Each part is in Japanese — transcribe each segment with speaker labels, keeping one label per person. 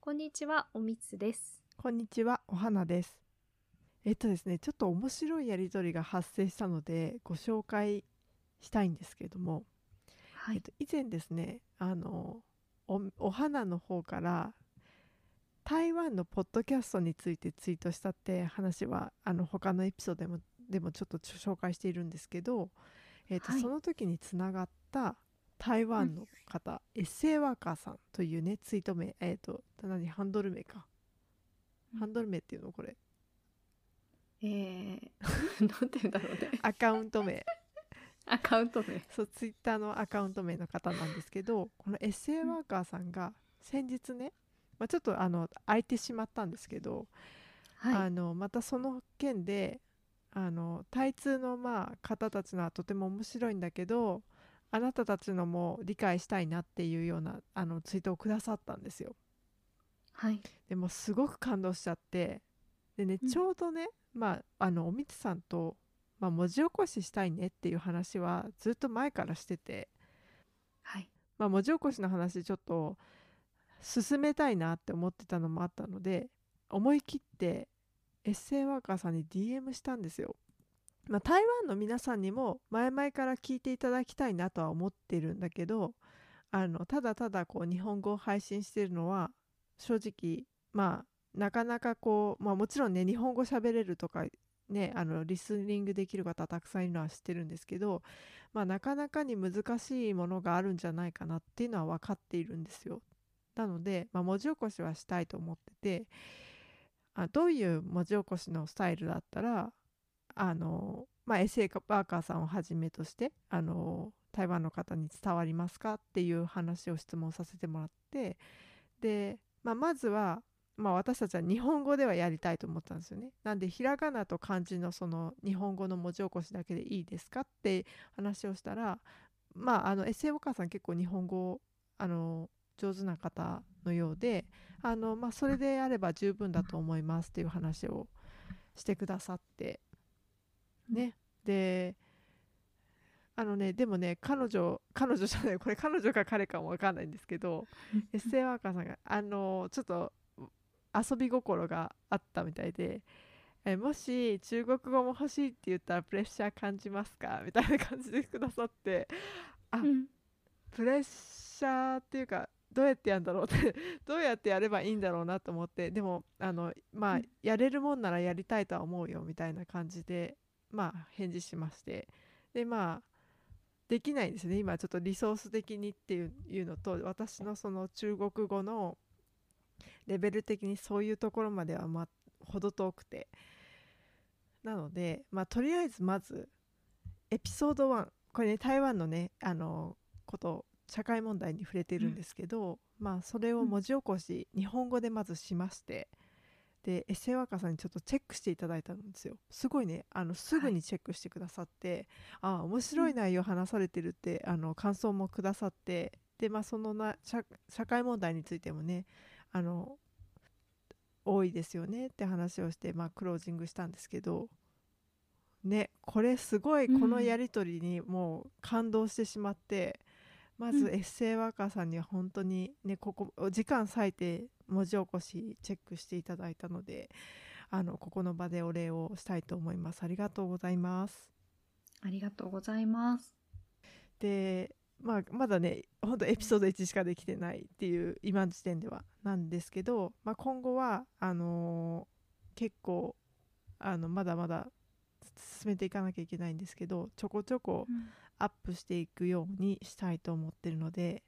Speaker 1: こんにちは、おみつです。
Speaker 2: こんにちは、お花です。えっとですね、ちょっと面白いやりとりが発生したのでご紹介したいんですけれども、
Speaker 1: は
Speaker 2: えっ。と、以前ですねあのおお花の方から台湾のポッドキャストについてツイートしたって話はあの他のエピソードでもでもちょっと紹介しているんですけど、えっと
Speaker 1: はい
Speaker 2: その時につながった台湾の方、エッセイワーカーさんというねツイート名、えっと何ハンドル名か、
Speaker 1: うん
Speaker 2: ハンドル名っていうのこれ
Speaker 1: え ー、なんて言うんだろうね。
Speaker 2: アカウント名
Speaker 1: アカウント名。
Speaker 2: そうツイッターのアカウント名の方なんですけどこのエッセイワーカーさんが先日ね、まあ、ちょっとあの空いてしまったんですけど、
Speaker 1: は
Speaker 2: あのまたその件であの対通のまあ方たちのはとても面白いんだけどあなたたちのも理解したいなっていうようなあのツイートをくださったんですよ。
Speaker 1: い。はい。
Speaker 2: でもうすごく感動しちゃってでね
Speaker 1: うん
Speaker 2: ちょうどね、まああのおみつさんと、まあ、文字起こししたいねっていう話はずっと前からしてて。
Speaker 1: はい。
Speaker 2: まあ、文字起こしの話ちょっと進めたいなって思ってたのもあったので思い切ってエッセイワーカーさんに DM したんですよ。まあ、台湾の皆さんにも前々から聞いていただきたいなとは思ってるんだけどあのただただこう日本語を配信してるのは正直まあなかなかこう、まあ、もちろんね日本語喋れるとかねあのリスニングできる方たくさんいるのは知ってるんですけど、まあ、なかなかに難しいものがあるんじゃないかなっていうのは分かっているんですよ。なので、まあ、文字起こしはしたいと思っててあどういう文字起こしのスタイルだったらあの、まあ、エッセイワーカーさんをはじめとしてあの台湾の方に伝わりますかっていう話を質問させてもらってで、まあ、まずは、まあ、私たちは日本語ではやりたいと思ったんですよね。なんでひらがなと漢字のその日本語の文字起こしだけでいいですかって話をしたらまああのエッセイお母さん結構日本語あの上手な方のようであの、まあ、それであれば十分だと思いますっていう話をしてくださってねであのねでもね彼女彼女じゃないこれ彼女か彼かも分かんないんですけどエッセイワーカーさんがあのちょっと遊び心があったみたいで。えもし中国語も欲しいって言ったらプレッシャー感じますかみたいな感じでくださってあ
Speaker 1: うん
Speaker 2: プレッシャーっていうかどうやってやるんだろうって どうやってやればいいんだろうなと思ってでもあの
Speaker 1: う
Speaker 2: まあ
Speaker 1: ん
Speaker 2: やれるもんならやりたいとは思うよみたいな感じでまあ返事しましてでまあできないんですね今ちょっとリソース的にっていういうのと私のその中国語のレベル的にそういうところまではまほど遠くてなのでまあとりあえずまずエピソード1これね台湾のねあのこと社会問題に触れてるんですけど、まあそれを文字起こし、日本語でまずしましてでエッセイワーカーさんにちょっとチェックしていただいたんですよすごいねあのすぐにチェックしてくださって、ああ面白い内容話されてるって、あの感想もくださってでまあそのな社社会問題についてもねあの多いですよねって話をして、まあ、クロージングしたんですけどねこれすごい
Speaker 1: うん
Speaker 2: このやり取りにもう感動してしまって、ま
Speaker 1: う
Speaker 2: ず
Speaker 1: ん
Speaker 2: エッセイワーカーさんには本当にねここお時間割いて文字起こしチェックしていただいたのであのここの場でお礼をしたいと思いますありがとうございます
Speaker 1: ありがとうございます。
Speaker 2: で、まあ、まだね本当エピソード1しかできてないっていう今の時点ではなんですけど、まあ、今後はあのー結構あのまだまだ進めていかなきゃいけないんですけどちょこちょこアップしていくようにしたいと思ってるので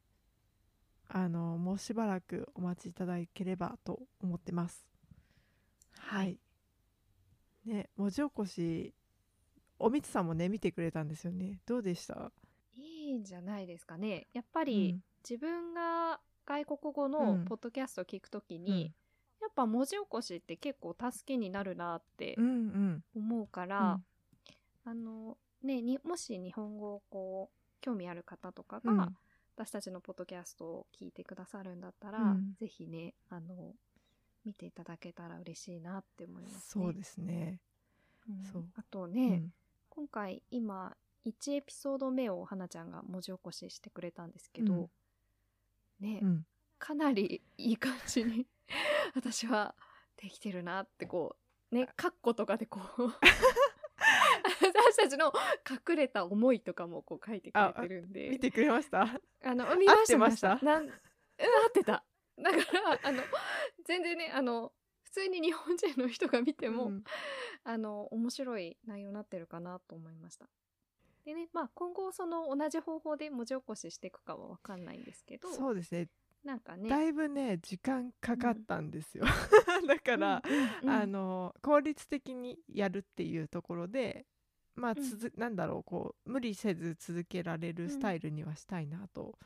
Speaker 2: あのーもうしばらくお待ちいただければと思ってます。
Speaker 1: は
Speaker 2: はいい。ね文字起こしおみつさんもね見てくれたんですよねどうでした、
Speaker 1: いいんじゃないですかね。やっぱ
Speaker 2: う
Speaker 1: り、
Speaker 2: ん
Speaker 1: 自分が外国語
Speaker 2: う
Speaker 1: の
Speaker 2: ん
Speaker 1: ポッドキャストを聞くとき
Speaker 2: う
Speaker 1: に、
Speaker 2: ん
Speaker 1: やっぱ文字起こしって結構助けになるなって
Speaker 2: うんうん
Speaker 1: 思うから、あのねにもし日本語をこう興味ある方とかが、
Speaker 2: うん
Speaker 1: 私たちのポッドキャストを聞いてくださるんだったら、
Speaker 2: うん
Speaker 1: ぜひねあの見ていただけたら嬉しいなって思いますね。
Speaker 2: そうですね。
Speaker 1: うん
Speaker 2: そう
Speaker 1: あとね、
Speaker 2: うん
Speaker 1: 今回今1エピソード目を花ちゃんが文字起こししてくれたんですけど、ね、
Speaker 2: うん
Speaker 1: かなりいい感じに 私はできてるなってこうねカッコとかでこ う私たちの隠れた思いとかもこう書いてくれてるんで
Speaker 2: 見てくれました
Speaker 1: あの見ました
Speaker 2: 合ってました
Speaker 1: 見なんうん合ってただからあの全然ねあの普通に日本人の人が見ても、
Speaker 2: うん
Speaker 1: あの面白い内容になってるかなと思いました。でね、まあ、今後その同じ方法で文字起こししていくかは分かんないんですけど
Speaker 2: そうですね
Speaker 1: なんかね
Speaker 2: だいぶね時間かかったんですよ、 だから、
Speaker 1: うんうん
Speaker 2: あの効率的にやるっていうところでまあ
Speaker 1: うん
Speaker 2: つづ、なんだろうこう無理せず続けられ
Speaker 1: うん
Speaker 2: るスタイルにはしたいなと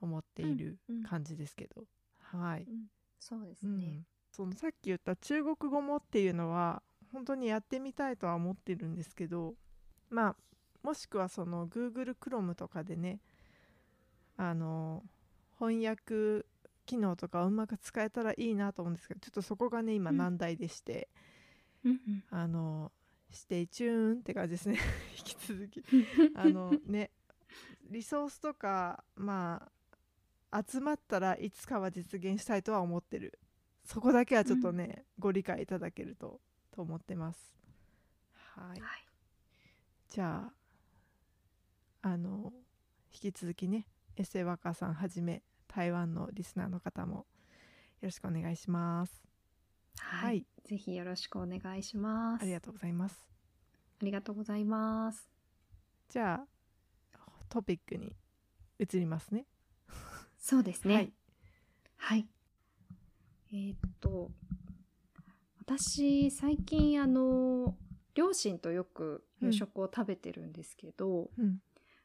Speaker 2: 思っている
Speaker 1: うんうん
Speaker 2: 感じですけど、はい、
Speaker 1: そうです
Speaker 2: う
Speaker 1: ね
Speaker 2: ん、そのさっき言った中国語もっていうのは本当にやってみたいとは思ってるんですけどまあもしくはその Google Chrome とかでねあの翻訳機能とかをうまく使えたらいいなと思うんですけどちょっとそこがね今
Speaker 1: うん
Speaker 2: 難題でして、
Speaker 1: うん
Speaker 2: あの「してチューン」って感じですね 引き続き
Speaker 1: うん
Speaker 2: あのねリソースとかまあ集まったらいつかは実現したいとは思ってるそこだけはちょっとね、ご理解いただけるとと思ってますはい
Speaker 1: はい
Speaker 2: じゃああの引き続きねエセワカさんはじめ台湾のリスナーの方もよろしくお願いします
Speaker 1: はい、
Speaker 2: はい
Speaker 1: ぜひよろしくお願いします
Speaker 2: ありがとうございます
Speaker 1: ありがとうございます
Speaker 2: じゃあトピックに移りますね
Speaker 1: そうですね。
Speaker 2: は
Speaker 1: はい
Speaker 2: い。
Speaker 1: えーっと、私、最近、あの、両親とよく夕食を食べてるんですけど、
Speaker 2: うん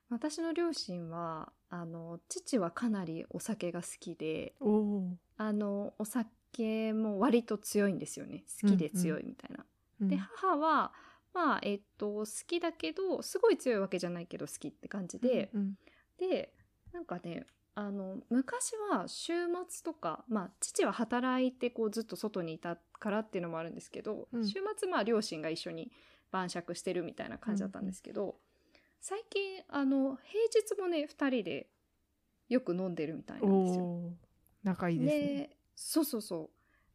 Speaker 1: 私の両親は、あの、父はかなりお酒が好きで、
Speaker 2: おお
Speaker 1: あの、お酒も割と強いんですよね。好きで強いみたいな。
Speaker 2: ー、
Speaker 1: で
Speaker 2: うん
Speaker 1: 母はまあえっと好きだけどすごい強いわけじゃないけど好きって感じで、
Speaker 2: うん
Speaker 1: でなんかねあの昔は週末とか、まあ、父は働いてこうずっと外にいたからっていうのもあるんですけど、
Speaker 2: うん
Speaker 1: 週末まあ両親が一緒に晩酌してるみたいな感じだったんですけど、最近あの平日もね2人でよく飲んでるみたい
Speaker 2: お
Speaker 1: なんですよ。
Speaker 2: おー仲いいですね。
Speaker 1: そうそうそう。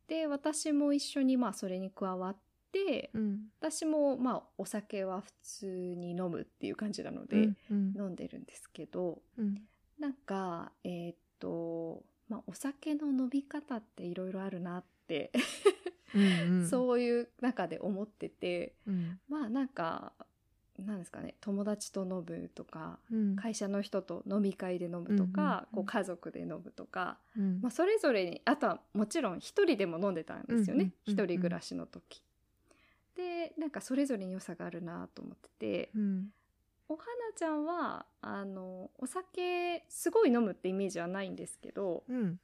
Speaker 1: で私も一緒にまあそれに加わって、
Speaker 2: うん、
Speaker 1: 私もまあお酒は普通に飲むっていう感じなので、
Speaker 2: うん
Speaker 1: 飲んでるんですけど
Speaker 2: うん
Speaker 1: なんかえーっと、まあ、お酒の飲み方っていろいろあるなって、
Speaker 2: うんうん、
Speaker 1: そういう中で思ってて
Speaker 2: うん、
Speaker 1: まあなんかなんですかね友達と飲むとか
Speaker 2: うん、
Speaker 1: 会社の人と飲み会で飲むとか、こ
Speaker 2: うんうんうん
Speaker 1: う家族で飲むとか、
Speaker 2: うん
Speaker 1: まあ、それぞれにあとはもちろん一人でも飲んでたんですよね
Speaker 2: うん
Speaker 1: 一、
Speaker 2: うんうんうん
Speaker 1: 人暮らしの時。でなんかそれぞれに良さがあるなと思ってて、
Speaker 2: うん、
Speaker 1: お花ちゃんはあのお酒すごい飲むってイメージはないんですけど
Speaker 2: うん、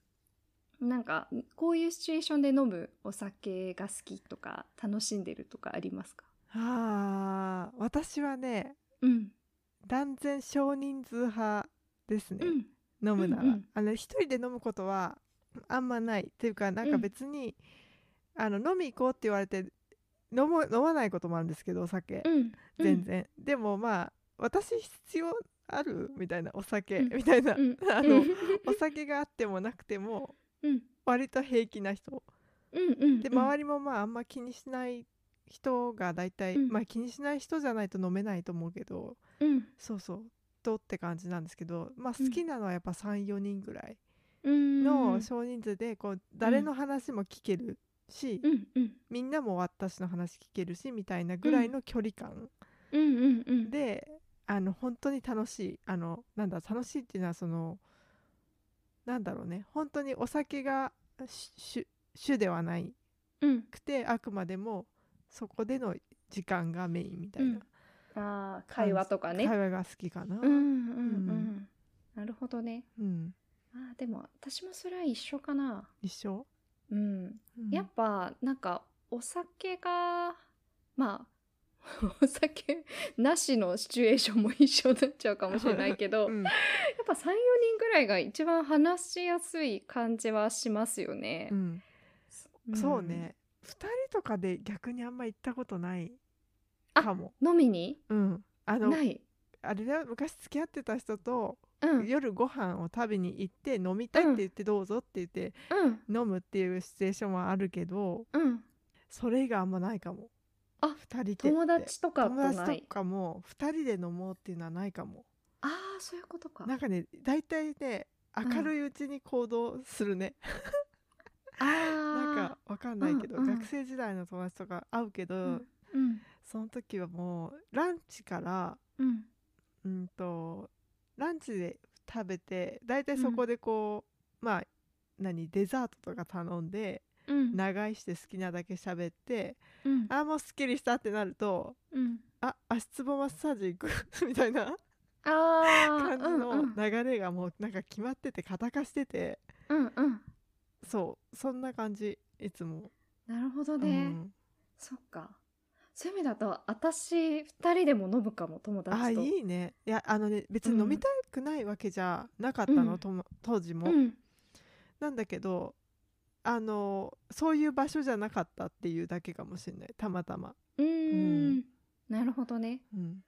Speaker 1: なんかこういうシチュエーションで飲むお酒が好きとか楽しんでるとかありますか
Speaker 2: あー私はね
Speaker 1: うん、
Speaker 2: 断然少人数派ですね、
Speaker 1: うん
Speaker 2: 飲むなら、
Speaker 1: うんうん
Speaker 2: あの一人で飲むことはあんまないっていうかなんか別に、あの飲み行こうって言われて飲む飲まないこともあるんですけどお酒、
Speaker 1: うん、
Speaker 2: 全然、でもまあ私必要あるみたいなお酒、
Speaker 1: うん
Speaker 2: みたいな、
Speaker 1: うん
Speaker 2: あ
Speaker 1: うん
Speaker 2: のお酒があってもなくても
Speaker 1: うん
Speaker 2: 割と平気な人
Speaker 1: うんうん
Speaker 2: で
Speaker 1: うん
Speaker 2: 周りもまああんま気にしない人が大体、
Speaker 1: うん
Speaker 2: まあ気にしない人じゃないと飲めないと思うけど
Speaker 1: うん
Speaker 2: そうそうとって感じなんですけどまあ
Speaker 1: うん
Speaker 2: 好きなのはやっぱ34人ぐらい
Speaker 1: うん
Speaker 2: の少人数でこう誰の話も聞けるし、
Speaker 1: うんうん
Speaker 2: みんなも私の話聞けるしみたいなぐらいの距離感
Speaker 1: うんうんうん
Speaker 2: で、あの本当に楽しいあのなんだ楽しいっていうのはそのなんだろうね本当にお酒が主主主ではない
Speaker 1: うん
Speaker 2: くてあくまでもそこでの時間がメインみたい
Speaker 1: うん
Speaker 2: な、
Speaker 1: あー会話とかね
Speaker 2: 会話が好きかな、
Speaker 1: うんうんうん、
Speaker 2: うん
Speaker 1: なるほどね
Speaker 2: うん
Speaker 1: あーでも私もそれは一緒かな
Speaker 2: 一緒、
Speaker 1: うん
Speaker 2: うん
Speaker 1: やっぱなんかお酒がまあ お酒なしのシチュエーションも一緒になっちゃうかもしれないけど、
Speaker 2: う
Speaker 1: やっ
Speaker 2: ん
Speaker 1: ぱ34人ぐらいが一番話しやすい感じはしますよね
Speaker 2: う。ん
Speaker 1: ん
Speaker 2: そう。ね2人とかで逆にあんま行ったことない
Speaker 1: あ
Speaker 2: かも
Speaker 1: 飲みに
Speaker 2: うんあの
Speaker 1: ない。
Speaker 2: あれだよ昔付き合ってた人と
Speaker 1: うん
Speaker 2: 夜ご飯を食べに行って飲みたいって言ってどうぞって言って
Speaker 1: うん
Speaker 2: 飲むっていうシチュエーションはあるけど
Speaker 1: うん
Speaker 2: それ以外あんまないかも
Speaker 1: あ
Speaker 2: 二人でって
Speaker 1: 友達とかと
Speaker 2: 友
Speaker 1: ない
Speaker 2: 達とかも2人で飲もうっていうのはないかも
Speaker 1: ああそういうことか
Speaker 2: なんかね大体ね明るいうちに行動するね、
Speaker 1: あ
Speaker 2: なん
Speaker 1: ー
Speaker 2: かわかんないけど、
Speaker 1: うんうん
Speaker 2: 学生時代の友達とか会うけど、
Speaker 1: うんうん
Speaker 2: その時はもうランチから
Speaker 1: うん
Speaker 2: うんとランチで食べて大体そこでこう、まあ何デザートとか頼んで
Speaker 1: うん
Speaker 2: 長居して好きなだけ喋って、
Speaker 1: うん
Speaker 2: ああもうすっきりしたってなると
Speaker 1: うん
Speaker 2: あ足つぼマッサージ行く みたいな
Speaker 1: あー
Speaker 2: 感じ
Speaker 1: うんう
Speaker 2: の
Speaker 1: ん
Speaker 2: 流れがもうなんか決まってて肩化してて
Speaker 1: うんうん
Speaker 2: そうそんな感じいつも。
Speaker 1: なるほど
Speaker 2: う
Speaker 1: ね、
Speaker 2: ん、
Speaker 1: そっかそういう意味だと私2人でも飲むかも友達と
Speaker 2: あいいねいやあのね別に飲みたくないわけじゃなかったの、
Speaker 1: うん
Speaker 2: とも当時も、
Speaker 1: うん
Speaker 2: なんだけどあのそういう場所じゃなかったっていうだけかもしれないたまたま、
Speaker 1: うーん
Speaker 2: うん
Speaker 1: なるほどね
Speaker 2: うん、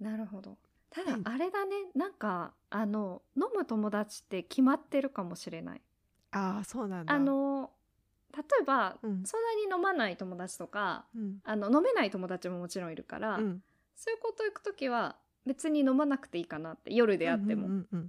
Speaker 1: なるほどただ
Speaker 2: うん
Speaker 1: あれだね、なんかあの飲む友達って決まってるかもしれない
Speaker 2: ああそうなんだ
Speaker 1: あの例えば、
Speaker 2: うん
Speaker 1: そんなに飲まない友達とか
Speaker 2: うん
Speaker 1: あの飲めない友達ももちろんいるから、
Speaker 2: うん
Speaker 1: そういうこと行く時は別に飲まなくていいかなって夜であっても、
Speaker 2: うんうん
Speaker 1: っ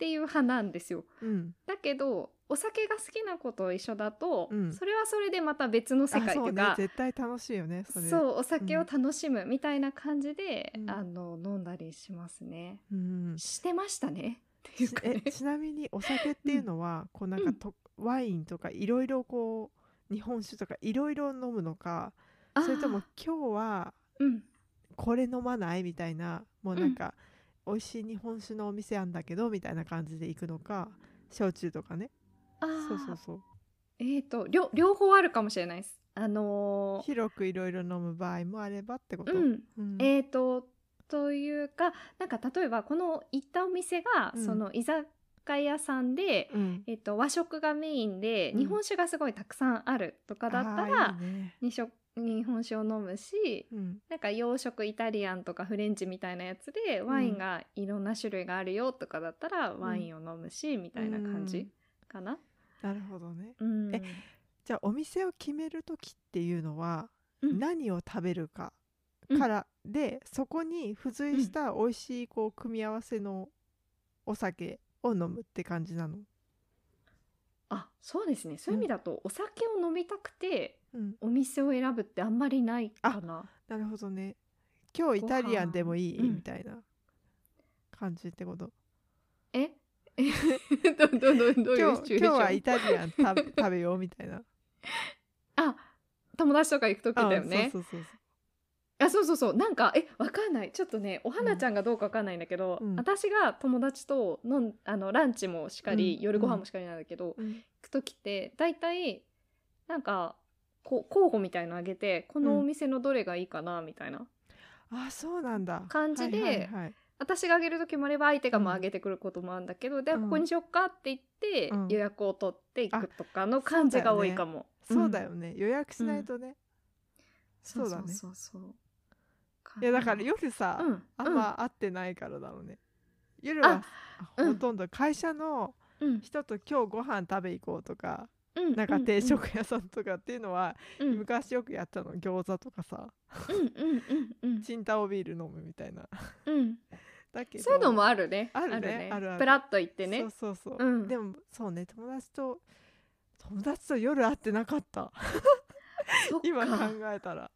Speaker 1: ていう派なんですよ
Speaker 2: うんうん
Speaker 1: だけどお酒が好きな子と一緒だと、
Speaker 2: うん
Speaker 1: それはそれでまた別の世
Speaker 2: あ
Speaker 1: 界
Speaker 2: そ
Speaker 1: と
Speaker 2: う
Speaker 1: いう
Speaker 2: ね
Speaker 1: か
Speaker 2: 絶対楽しいよねそれ
Speaker 1: そうお酒を楽しむみたいな感じで、
Speaker 2: うん
Speaker 1: あの飲んだりしますね。
Speaker 2: うん
Speaker 1: してましたねっていうかね
Speaker 2: え。ちなみにお酒っていうのは、こうなんかとワインとかいろいろこう日本酒とかいろいろ飲むのか
Speaker 1: あー
Speaker 2: それとも今日は
Speaker 1: うん
Speaker 2: これ飲まないみたいなもうなんか、美味しい日本酒のお店あんだけどみたいな感じで行くのか焼酎とかね
Speaker 1: あ
Speaker 2: そう
Speaker 1: ー
Speaker 2: そうそう
Speaker 1: えっ、と両両方あるかもしれないです。あのー
Speaker 2: 広くいろいろ飲む場合もあればってこと、
Speaker 1: うん
Speaker 2: うん
Speaker 1: えっ、とというかなんか例えばこの行ったお店が、
Speaker 2: うん
Speaker 1: その居酒屋さんで、
Speaker 2: うん
Speaker 1: えっと和食がメインで
Speaker 2: うん
Speaker 1: 日本酒がすごいたくさんあるとかだったら、
Speaker 2: あーいいね
Speaker 1: 日食日本酒を飲むし
Speaker 2: うん
Speaker 1: なんか洋食イタリアンとかフレンチみたいなやつでワインがいろんな種類があるよとかだったらワインを飲むし、みたいな感じかな。
Speaker 2: なるほどね
Speaker 1: うん
Speaker 2: えじゃあお店を決める時っていうのは、
Speaker 1: うん
Speaker 2: 何を食べるかから、でそこに付随した美味しいこう組み合わせのお酒を飲むって感じなの、
Speaker 1: あそうですねそういう意味だとお酒を飲みたくて
Speaker 2: うん、
Speaker 1: お店を選ぶってあんまりないかな。
Speaker 2: なるほどね今日イタリアンでもいい、
Speaker 1: ご飯うん
Speaker 2: みたいな感じってこと
Speaker 1: え どどどどうい
Speaker 2: 今
Speaker 1: うシチュエーシ
Speaker 2: 日今日は
Speaker 1: ョ
Speaker 2: イ
Speaker 1: ン
Speaker 2: タリアン食べ食べようみた いな
Speaker 1: あ友達とか行く時だよね。
Speaker 2: あそうそうそう
Speaker 1: あそうそうそうなんかえわかんないちょっとねお花ちゃんがどうかわかんないんだけど、
Speaker 2: うん
Speaker 1: 私が友達とのんあのランチもしかり、
Speaker 2: うん
Speaker 1: 夜ご飯もしかりなんだけど、行
Speaker 2: そう、うん
Speaker 1: く時って大体なんかこう候補みたいのあげてこのお店のどれがいいかなみたいな、
Speaker 2: あそうなんだ
Speaker 1: 感じで
Speaker 2: はいはいはい
Speaker 1: 私があげる時もあれば相手がもうあげてくることもあるんだけど、では
Speaker 2: うん
Speaker 1: ここにしよっかって言って、
Speaker 2: うん
Speaker 1: 予約を取っていくとかの感じが多いかも。
Speaker 2: そうだよね、予約しないとね、
Speaker 1: うん、
Speaker 2: そうだね
Speaker 1: そうそうそう
Speaker 2: いやだから夜さ、
Speaker 1: うん
Speaker 2: あんま会ってないからだろうね、夜は
Speaker 1: うん
Speaker 2: ほとんど会社の
Speaker 1: うん
Speaker 2: 人と今日ご飯食べ行こうとか、
Speaker 1: うん
Speaker 2: なんか定食屋さんとかっていうのは、
Speaker 1: うんう ん
Speaker 2: 昔よくやったの餃子とかさ
Speaker 1: うんうんうんうん
Speaker 2: チンタオビール飲むみたいな
Speaker 1: うん
Speaker 2: だけど
Speaker 1: そういうのもあるね。
Speaker 2: あるねあるある
Speaker 1: プラッと言ってね
Speaker 2: そう。そうそう、
Speaker 1: うん
Speaker 2: でもそうね友達と友達と夜会ってなかった
Speaker 1: そっ
Speaker 2: 今考
Speaker 1: か。
Speaker 2: えたら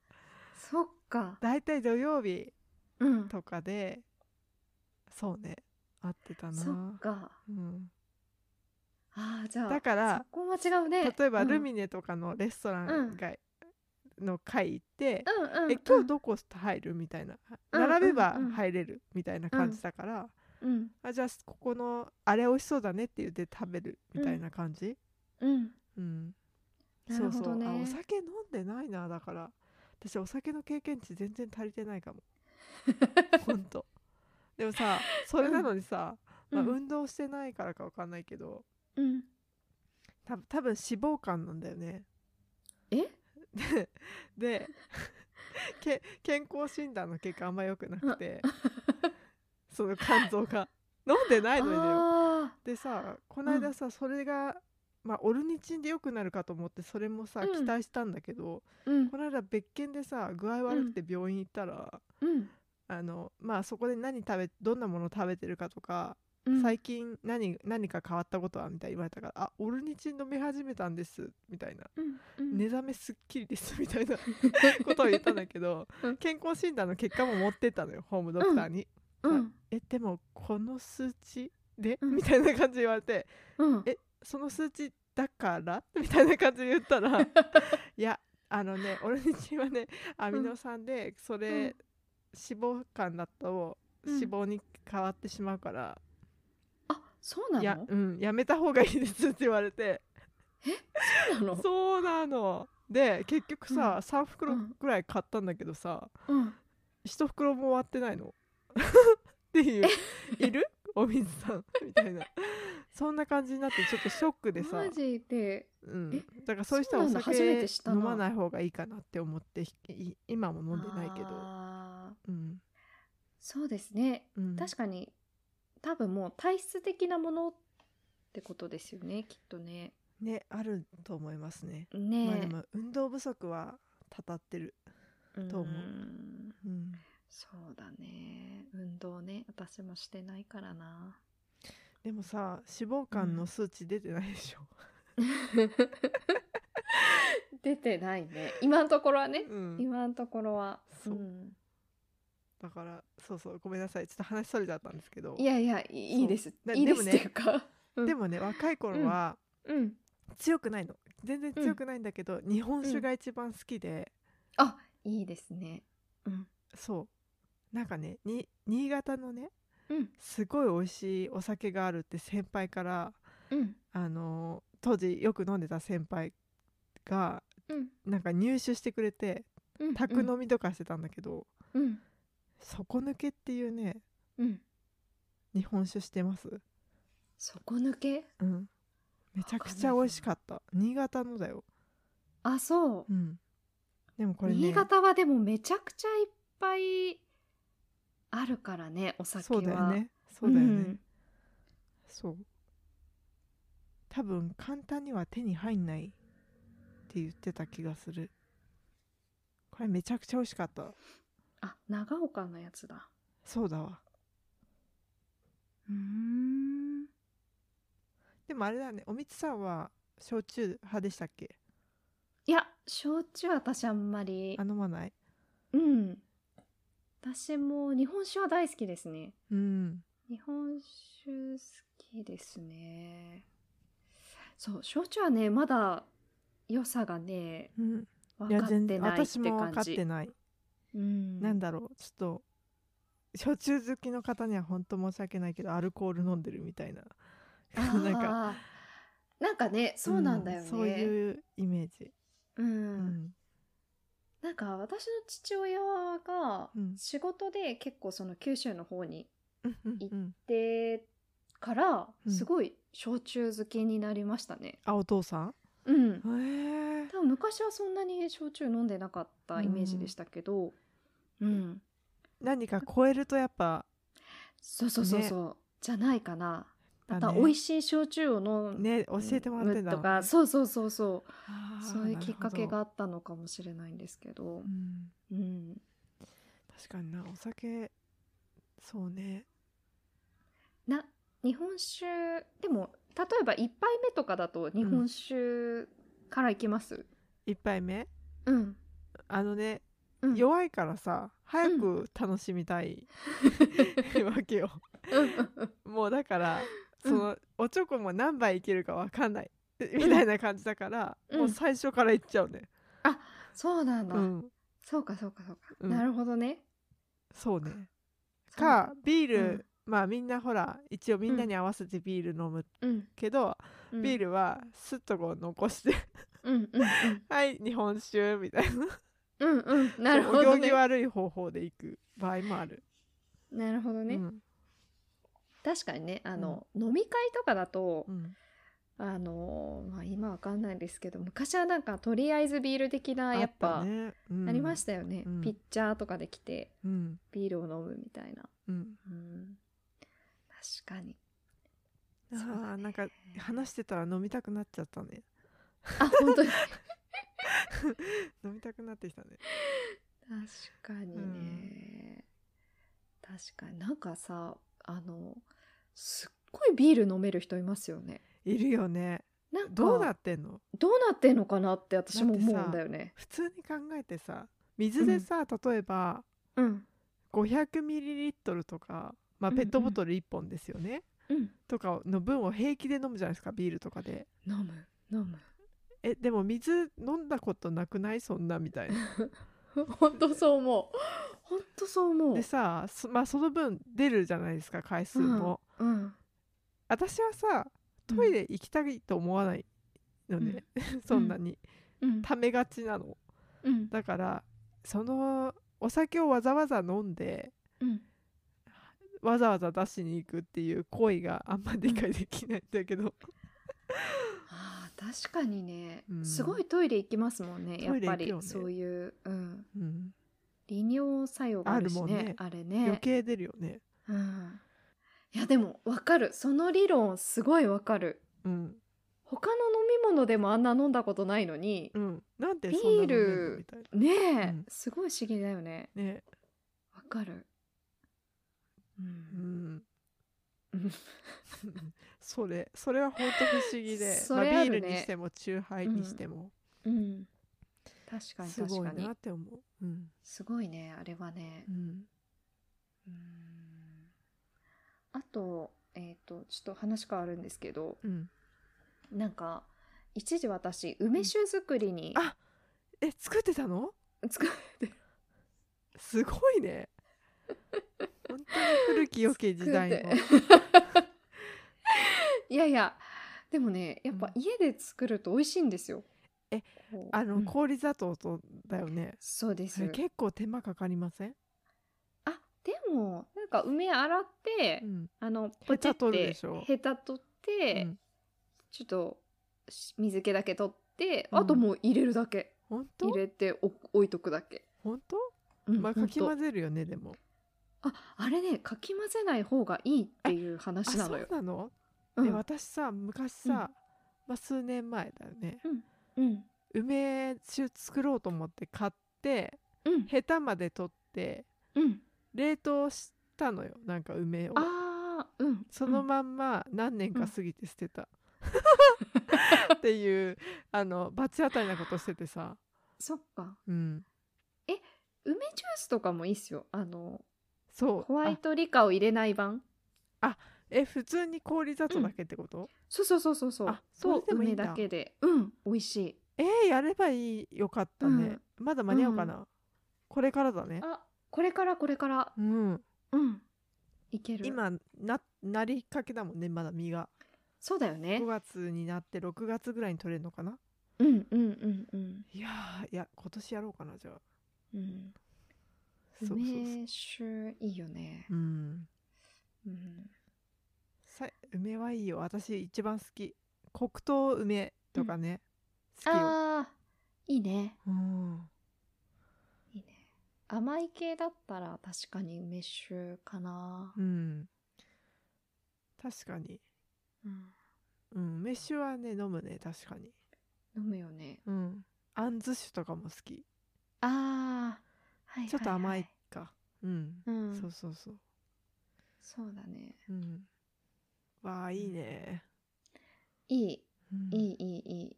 Speaker 1: そっか。
Speaker 2: だいたい土曜日
Speaker 1: うん。
Speaker 2: とかでそうね会ってた
Speaker 1: そ
Speaker 2: な
Speaker 1: っ、か。
Speaker 2: うん、
Speaker 1: ああじゃあ。
Speaker 2: だから
Speaker 1: そこも違うね。
Speaker 2: 例えば
Speaker 1: うん
Speaker 2: ルミ。ネとかのレストランが、の会行って、
Speaker 1: うんうんうん。
Speaker 2: え今日どこ入るみたいな、
Speaker 1: うん
Speaker 2: 並べば
Speaker 1: うんうん
Speaker 2: 入れるみたいな感じだから、
Speaker 1: うん
Speaker 2: あじゃあここのあれ美味しそうだねって言って食べるみたいな感じ、
Speaker 1: うん。
Speaker 2: うん
Speaker 1: なるほどね
Speaker 2: そうそうあお酒飲んでないなだから私お酒の経験値全然足りてな いかもほんとでもさそれなのにさ、
Speaker 1: うん
Speaker 2: まあ、
Speaker 1: うん
Speaker 2: 運動してないからかわかんないけど
Speaker 1: うん。
Speaker 2: 多分多分脂肪肝なんだよね
Speaker 1: え？
Speaker 2: で でけ健康診断の結果あんま良くなくてその肝臓が飲んでないのにだよ
Speaker 1: あ
Speaker 2: でさこの間さ、それがまあオルニチンで良くなるかと思ってそれもさ、
Speaker 1: うん
Speaker 2: 期待したんだけど
Speaker 1: ーうん
Speaker 2: この間別件でさ具合悪くて病院行ったら、
Speaker 1: うん
Speaker 2: あのまあそこで何食べどんなもの食べてるかとか、
Speaker 1: うん
Speaker 2: 最近何何か変わったことはみたいに言われたから「あオルニチン飲み始めたんです」みたいな
Speaker 1: うんうん
Speaker 2: 「目覚めすっきりです」み たいなことを言ったんだけど、
Speaker 1: うん
Speaker 2: 健康診断の結果も持ってったのよホームドクターに。
Speaker 1: うん
Speaker 2: えでもこの数値で、
Speaker 1: うん
Speaker 2: みたいな感じで言われて
Speaker 1: うん
Speaker 2: えその数値だから みたいな感じで言っ たらいやあのねオルニチンはねアミノ酸でそれ、
Speaker 1: うん
Speaker 2: 脂肪肝だと
Speaker 1: うん
Speaker 2: 脂肪に変わってしまうから、
Speaker 1: あそうない
Speaker 2: や
Speaker 1: の
Speaker 2: うんやめた方がいいですって言われ て
Speaker 1: そうなの
Speaker 2: そうなので結局さ、3袋
Speaker 1: うん
Speaker 2: ぐらい買ったんだけどさ
Speaker 1: うん
Speaker 2: 1袋も終わってな いのっていういるお水さんみたいなそんな感じになってちょっとショックでさ
Speaker 1: マジで
Speaker 2: うん
Speaker 1: え、
Speaker 2: だからそういう人はお
Speaker 1: そうなんだ初め
Speaker 2: 酒
Speaker 1: て知った
Speaker 2: 飲
Speaker 1: な
Speaker 2: まない方がいいかなって思ってひい今も飲んでないけど、
Speaker 1: あー
Speaker 2: うん
Speaker 1: そうですね
Speaker 2: うん、
Speaker 1: 確かに多分もう体質的なものってことですよねきっとね
Speaker 2: ねあると思いますね、まあで
Speaker 1: ね
Speaker 2: も運動不足はたたってる、
Speaker 1: え
Speaker 2: どう思うんうん、
Speaker 1: そうだね運動ね私もしてないからな
Speaker 2: でもさ脂肪肝の数値出てないでしょ、
Speaker 1: 出てないね今のところはね、
Speaker 2: うん
Speaker 1: 今のところは
Speaker 2: そうんだからそうそうごめんなさいちょっと話それちゃったんですけど
Speaker 1: いやいやいいいいです
Speaker 2: だ
Speaker 1: いいですっ
Speaker 2: で
Speaker 1: て
Speaker 2: もね
Speaker 1: いうかうん
Speaker 2: でもね若い頃は
Speaker 1: うん
Speaker 2: 強くないの全然強くないんだけど、日本酒が一番好きで、
Speaker 1: あいいですねうん
Speaker 2: そうなんかねに新潟のね
Speaker 1: うん
Speaker 2: すごい美味しいお酒があるって先輩から
Speaker 1: うん
Speaker 2: あのー当時よく飲んでた先輩が
Speaker 1: うん
Speaker 2: なんか入手してくれて
Speaker 1: うん
Speaker 2: 宅飲みとかしてたんだけど、
Speaker 1: うん
Speaker 2: 底抜けっていうね
Speaker 1: うん
Speaker 2: 日本酒してます、
Speaker 1: 底抜け
Speaker 2: うん、めちゃくちゃ美味しかった新潟のだよ、
Speaker 1: あそう
Speaker 2: うん、でもこれね
Speaker 1: 新潟はでもめちゃくちゃいっぱいあるからねお酒は
Speaker 2: そうだよねそうだよね、
Speaker 1: ん
Speaker 2: そう多分簡単には手に入んないって言ってた気がするこれめちゃくちゃ美味しかった
Speaker 1: あ長岡のやつだ
Speaker 2: そうだわ
Speaker 1: うーん
Speaker 2: でもあれだねおみつさんは焼酎派でしたっけ
Speaker 1: いや焼酎私あんまり
Speaker 2: あ飲まない
Speaker 1: うん私も日本酒は大好きですね
Speaker 2: うん
Speaker 1: 日本酒好きですねそう焼酎はねまだ良さがね
Speaker 2: うん
Speaker 1: 分かってないっ
Speaker 2: 私
Speaker 1: て
Speaker 2: も分
Speaker 1: 感
Speaker 2: かっ
Speaker 1: じ
Speaker 2: てない、
Speaker 1: うん
Speaker 2: なんだろうちょっと焼酎好きの方には本当申し訳ないけどアルコール飲んでるみたいな なんか
Speaker 1: あーなんかねそうなんだよね、
Speaker 2: うそういうイメージ
Speaker 1: うん
Speaker 2: うん
Speaker 1: なんか私の父親が
Speaker 2: うん
Speaker 1: 仕事で結構その九州の方に
Speaker 2: うんうんうん
Speaker 1: 行ってから
Speaker 2: うん
Speaker 1: すごい焼酎好きになりましたね
Speaker 2: あお父さん
Speaker 1: うん
Speaker 2: へえ
Speaker 1: 多分昔はそんなに焼酎飲んでなかったイメージでしたけどうん、
Speaker 2: 何か超えるとやっぱ
Speaker 1: そうそうそうそう、じゃないかなまた
Speaker 2: ね
Speaker 1: 美味しい焼酎を飲む、
Speaker 2: ね教えてもらってんだろ
Speaker 1: と
Speaker 2: うね
Speaker 1: かそうそうそうそ
Speaker 2: あ
Speaker 1: う
Speaker 2: ー
Speaker 1: そういうきっかけ
Speaker 2: な
Speaker 1: が
Speaker 2: る
Speaker 1: あったのかもしれないんですけど
Speaker 2: ほど、うん、
Speaker 1: うん、
Speaker 2: 確かになお酒そうね
Speaker 1: な日本酒でも例えば1杯目とかだと日本酒からいきます
Speaker 2: 一杯目
Speaker 1: うん、
Speaker 2: あのね、
Speaker 1: うん、
Speaker 2: 弱いからさ早く楽しみ たい、わけよ
Speaker 1: うんうんうん
Speaker 2: もうだから
Speaker 1: う
Speaker 2: そ
Speaker 1: ん
Speaker 2: の、おちょこも何杯いけるかわかんないみたいな感じだから、
Speaker 1: うん
Speaker 2: もう最初からいっちゃうね、
Speaker 1: そうなんだ、
Speaker 2: うん
Speaker 1: そうかそうかそうか、
Speaker 2: うん
Speaker 1: なるほどね
Speaker 2: そうね
Speaker 1: そう
Speaker 2: かビール、
Speaker 1: うん
Speaker 2: まあみんなほら一応みんなに合わせてビール飲む
Speaker 1: うん、
Speaker 2: けど、
Speaker 1: うん、
Speaker 2: ビールはすっとこう残して
Speaker 1: うんうん
Speaker 2: はい日本酒みたいな
Speaker 1: うんうん うんなるほ
Speaker 2: そう
Speaker 1: ど
Speaker 2: お行儀
Speaker 1: ね
Speaker 2: 悪い方法で行く場合もある、
Speaker 1: なるほどね、
Speaker 2: うん
Speaker 1: 確かにねあの、飲み会とかだと、
Speaker 2: うん
Speaker 1: あのまあ今わかんないですけど昔はなんかとりあえずビール的なやっぱあ
Speaker 2: ね、
Speaker 1: りましたたよね
Speaker 2: うん
Speaker 1: ピッチャーとかで来て
Speaker 2: うん
Speaker 1: ビールを飲むみたいな
Speaker 2: うん
Speaker 1: うんかに
Speaker 2: あ
Speaker 1: そうだ
Speaker 2: ー
Speaker 1: ね
Speaker 2: なんか話してたら飲みたくなっちゃったね
Speaker 1: あ本当に
Speaker 2: 飲みたくなってきたね
Speaker 1: 確かにね、確かになんかさあのすっごいビール飲める人いますよね
Speaker 2: いるよね
Speaker 1: なんか
Speaker 2: どうなってんの
Speaker 1: どうなってんのかなって私も思うんだよね
Speaker 2: 普通に考えてさ水でさ、例えば
Speaker 1: うん
Speaker 2: 500ミリリットルとか、まあ、
Speaker 1: うんうん
Speaker 2: ペットボトル1本ですよね、
Speaker 1: うん
Speaker 2: とかの分を平気で飲むじゃないですかビールとかで
Speaker 1: 飲む飲む
Speaker 2: えでも水飲んだことなくないそんなみたいな
Speaker 1: 本当そう思う本当そう思う
Speaker 2: でさそ,、まあ、その分出るじゃないですか回数も、
Speaker 1: うん
Speaker 2: 私はさトイレ行きたいと思わないのね、 そんなに
Speaker 1: うん
Speaker 2: ためがちなの
Speaker 1: うん
Speaker 2: だからそのお酒をわざわざ飲んで
Speaker 1: うん
Speaker 2: わざわざ出しに行くっていう行為があんま理解できないんだけど、
Speaker 1: あー確かにね、
Speaker 2: うん
Speaker 1: すごいトイレ行きますもんねや
Speaker 2: ト
Speaker 1: っ
Speaker 2: イレ
Speaker 1: ぱ
Speaker 2: 行く
Speaker 1: り、
Speaker 2: よね
Speaker 1: そういう、うん、
Speaker 2: うん
Speaker 1: 利尿作用があるしね
Speaker 2: あ
Speaker 1: あ
Speaker 2: るもんね
Speaker 1: れね
Speaker 2: 余計出るよね、
Speaker 1: うん、いやでもわかるその理論すごいわかる
Speaker 2: うん
Speaker 1: 他の飲み物でもあんな飲んだことないのに
Speaker 2: う、ん、なんでそんな飲め
Speaker 1: ビー
Speaker 2: る
Speaker 1: ル
Speaker 2: のみたいな
Speaker 1: ねえ、
Speaker 2: うん
Speaker 1: すごい不思議だよね
Speaker 2: ね
Speaker 1: わかる、うん
Speaker 2: うん
Speaker 1: うん、
Speaker 2: それそれは本当不思議で、
Speaker 1: そ
Speaker 2: まあ、ビ
Speaker 1: れある
Speaker 2: ー
Speaker 1: ね
Speaker 2: ルにしてもチューハイにしても、
Speaker 1: うん、確かに
Speaker 2: す
Speaker 1: 確
Speaker 2: ご
Speaker 1: か
Speaker 2: い
Speaker 1: に
Speaker 2: なって思う、うん
Speaker 1: すごいねあれはね
Speaker 2: うん、
Speaker 1: うんあとえっ、とちょっと話変わるんですけど
Speaker 2: うん、
Speaker 1: なんか一時私梅酒作りに
Speaker 2: あえ作ってたの
Speaker 1: 作って
Speaker 2: すごいね本当に古き良き時代の
Speaker 1: いやいやでもねやっぱ
Speaker 2: う
Speaker 1: 家で作ると美味しいんですよ。
Speaker 2: え
Speaker 1: こう
Speaker 2: あの
Speaker 1: うん
Speaker 2: 氷砂糖とだよね、
Speaker 1: そうで
Speaker 2: あ
Speaker 1: す
Speaker 2: れ。結構手間かかりません、
Speaker 1: あでもなんか梅洗って、
Speaker 2: うん
Speaker 1: あのポチっ
Speaker 2: ヘタ取る
Speaker 1: て
Speaker 2: でしょ
Speaker 1: ヘタ取って、
Speaker 2: うん
Speaker 1: ちょっとし水気だけ取って、
Speaker 2: うん
Speaker 1: あともう入れるだけ
Speaker 2: 本当
Speaker 1: 入れてお置いとくだけ。
Speaker 2: 本当、
Speaker 1: うん
Speaker 2: まあ、
Speaker 1: ほん
Speaker 2: か
Speaker 1: と
Speaker 2: き混ぜるよねでも
Speaker 1: ああれねかき混ぜない方がいいっていう
Speaker 2: あ
Speaker 1: 話な
Speaker 2: そ
Speaker 1: の
Speaker 2: う
Speaker 1: よ。
Speaker 2: なの、
Speaker 1: うん
Speaker 2: え私さ昔
Speaker 1: う
Speaker 2: さ、
Speaker 1: ん
Speaker 2: まあ、数年前だよね
Speaker 1: うん
Speaker 2: 梅酒作ろうと思って買って
Speaker 1: うん
Speaker 2: ヘタまで取って
Speaker 1: うん。
Speaker 2: 冷凍したのよなんか梅を
Speaker 1: ああうん。
Speaker 2: その
Speaker 1: うん
Speaker 2: まんま何年か過ぎて捨てた、っていうあの罰当たりなことしててさ、
Speaker 1: そっか。
Speaker 2: うん、
Speaker 1: 梅ジュースとかもいいっすよあの
Speaker 2: そう
Speaker 1: ホワイ
Speaker 2: あ
Speaker 1: トリカを入れない版
Speaker 2: え普通に氷砂糖だけってこと、
Speaker 1: そうそうそうそうそう
Speaker 2: あ
Speaker 1: と
Speaker 2: それでもいい
Speaker 1: 梅
Speaker 2: んだ
Speaker 1: だけでうん美味しい
Speaker 2: えー、やればいいよかったね、まだ間に合うかな、これからだね
Speaker 1: あこれからこれから
Speaker 2: うん
Speaker 1: うんいける
Speaker 2: 今ななりかけだもんねまだ実が
Speaker 1: そうだよね
Speaker 2: 5月になって6月ぐらいに取れるのかな
Speaker 1: うんうんうんうん
Speaker 2: いやーいや今年やろうかなじゃあ
Speaker 1: うん
Speaker 2: そうそうそう
Speaker 1: 梅酒いいよね
Speaker 2: うん
Speaker 1: うん
Speaker 2: さ梅はいいよ私一番好き黒糖梅とかね、好きよ、
Speaker 1: あーいいね
Speaker 2: うん、
Speaker 1: いいね甘い系だったら確かに梅酒かな
Speaker 2: うん、確かに、
Speaker 1: うん
Speaker 2: うん、梅酒はね飲むね確かに
Speaker 1: 飲むよね
Speaker 2: うんあんず酒とかも好き
Speaker 1: あーはいはいはい
Speaker 2: ちょっと甘いか、うん、
Speaker 1: うん
Speaker 2: そうそうそう
Speaker 1: そうだね
Speaker 2: うんわあいいね、
Speaker 1: いい
Speaker 2: うん
Speaker 1: いいいいいい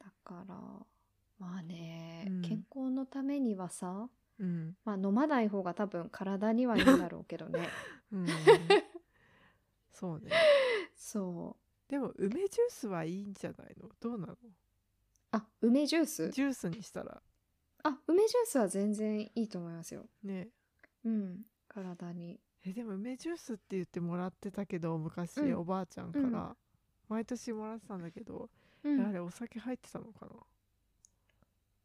Speaker 1: だからまあね、
Speaker 2: うん
Speaker 1: 健康のためにはさ、
Speaker 2: うん
Speaker 1: まあ、飲まない方が多分体にはいいんだろうけど ね
Speaker 2: うんそうね
Speaker 1: そう
Speaker 2: でも梅ジュースはいいんじゃないのどうなの
Speaker 1: あ梅ジュース
Speaker 2: ジュースにしたら
Speaker 1: あ梅ジュースは全然いいと思いますよ
Speaker 2: ね
Speaker 1: うん体に
Speaker 2: えでも梅ジュースって言ってもらってたけど昔、
Speaker 1: うん
Speaker 2: おばあちゃんか
Speaker 1: う
Speaker 2: ら
Speaker 1: ん
Speaker 2: 毎年もらってたんだけど、
Speaker 1: うん
Speaker 2: あれお酒入ってたのか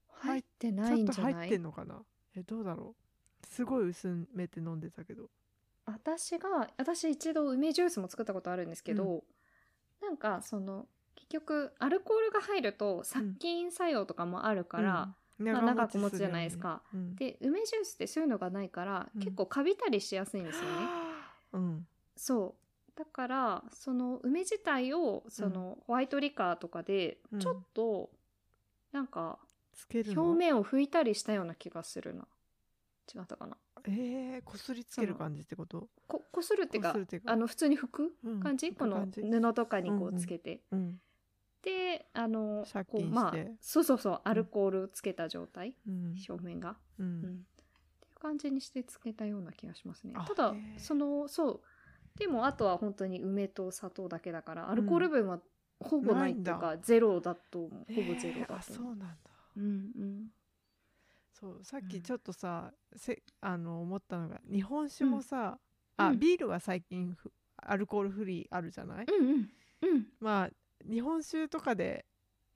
Speaker 1: 入って
Speaker 2: な
Speaker 1: ないん
Speaker 2: ちょっ
Speaker 1: じ
Speaker 2: と
Speaker 1: ゃ
Speaker 2: 入
Speaker 1: な
Speaker 2: っ
Speaker 1: い
Speaker 2: てんのかなえどうだろうすごい薄めて飲んでたけど
Speaker 1: 私が私一度梅ジュースも作ったことあるんですけど、なんかその結局アルコールが入ると殺菌作用とかもあるから、、
Speaker 2: うん
Speaker 1: まあ長く持つ
Speaker 2: る
Speaker 1: じゃ
Speaker 2: よね
Speaker 1: ないですか
Speaker 2: うん
Speaker 1: で梅ジュースってそういうのがないから、
Speaker 2: うん
Speaker 1: 結構カビたりしやすいんですよね。
Speaker 2: うん
Speaker 1: そうだからその梅自体をそのホワイトリカーとかで
Speaker 2: うん
Speaker 1: ちょっとなんか
Speaker 2: つける
Speaker 1: 表
Speaker 2: の
Speaker 1: 面を拭いたりしたような気がするな違ったかな
Speaker 2: えー、こすりつける感じってこと
Speaker 1: ここするっていうか
Speaker 2: こするっていうか
Speaker 1: あの普通に拭く
Speaker 2: うん
Speaker 1: 感じ、
Speaker 2: 拭く
Speaker 1: この
Speaker 2: 感じ
Speaker 1: 布とかにこ
Speaker 2: うんう
Speaker 1: うんつけて、
Speaker 2: うん
Speaker 1: であの
Speaker 2: 殺
Speaker 1: こう
Speaker 2: 菌して
Speaker 1: まあそうそうそうアルコールつけた状態、
Speaker 2: うん
Speaker 1: 表面が、
Speaker 2: う
Speaker 1: うんっ
Speaker 2: ん
Speaker 1: ていう感じにしてつけたような気がしますね
Speaker 2: あ
Speaker 1: ただ
Speaker 2: へえ
Speaker 1: そのそうでもあとは本当に梅と砂糖だけだからアルコール分はほぼないっていう
Speaker 2: な
Speaker 1: か、ゼロだと思う
Speaker 2: え
Speaker 1: ほぼゼロ
Speaker 2: ー
Speaker 1: だ
Speaker 2: あ
Speaker 1: と
Speaker 2: そう
Speaker 1: 思う、
Speaker 2: なんだ
Speaker 1: うんうん
Speaker 2: そうさっ
Speaker 1: う
Speaker 2: き
Speaker 1: ん
Speaker 2: ちょっとさ、せあの思ったのが日本酒もさ、あ、
Speaker 1: うん
Speaker 2: ビールは最近ふアルコールフリーあるじゃない、
Speaker 1: うんうんうん
Speaker 2: まあ日本酒とかで、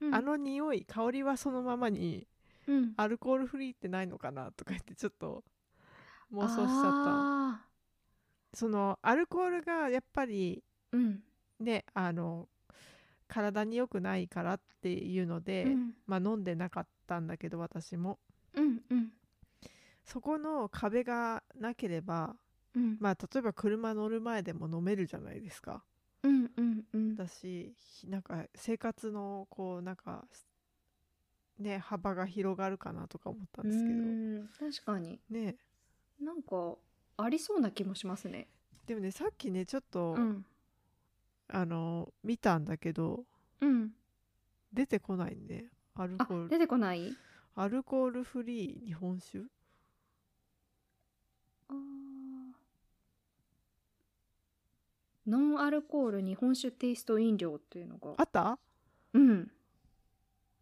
Speaker 1: うん
Speaker 2: あの匂い香りはそのままに
Speaker 1: うん
Speaker 2: アルコールフリーってないのかなとか言ってちょっと妄想しちゃっ
Speaker 1: あ
Speaker 2: たそのアルコールがやっぱり
Speaker 1: ーうん
Speaker 2: ねあの体に良くないからっていうので、
Speaker 1: うん
Speaker 2: まあ飲んでなかったんだけど私も
Speaker 1: うんうん
Speaker 2: そこの壁がなければ
Speaker 1: うん
Speaker 2: まあ例えば車乗る前でも飲めるじゃないですか
Speaker 1: うんうんうん
Speaker 2: だしひなんか生活のこうなんかね幅が広がるかなとか思ったんですけど
Speaker 1: うん確かに
Speaker 2: ね
Speaker 1: なんかありそうな気もしますね
Speaker 2: でもねさっきねちょっと、
Speaker 1: うん
Speaker 2: あの見たんだけど
Speaker 1: うん
Speaker 2: 出てこないねアル
Speaker 1: あ
Speaker 2: コー
Speaker 1: 出
Speaker 2: ル
Speaker 1: てこない
Speaker 2: アルコールフリー日本酒
Speaker 1: あーノンアルコール日本酒テイスト飲料っていうの
Speaker 2: あ
Speaker 1: が
Speaker 2: った
Speaker 1: うん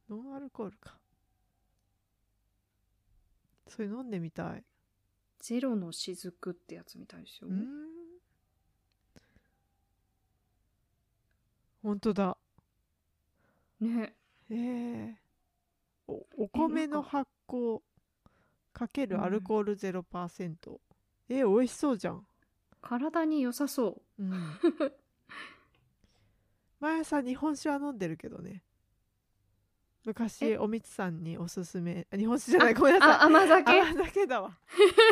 Speaker 2: ノンアルコールかそれ飲んでみたい
Speaker 1: ゼロの雫ってやつみたいですよ
Speaker 2: うん本当だ
Speaker 1: ね
Speaker 2: ええおお米の発酵かけるアルコール0%、えー、美味しそうじゃん、
Speaker 1: 体に良さそう
Speaker 2: うん 毎朝日本酒は飲んでるけどね昔
Speaker 1: え
Speaker 2: おみつさんにおすすめあ日本酒じゃないごめんなさい
Speaker 1: あ甘酒
Speaker 2: 甘酒だわ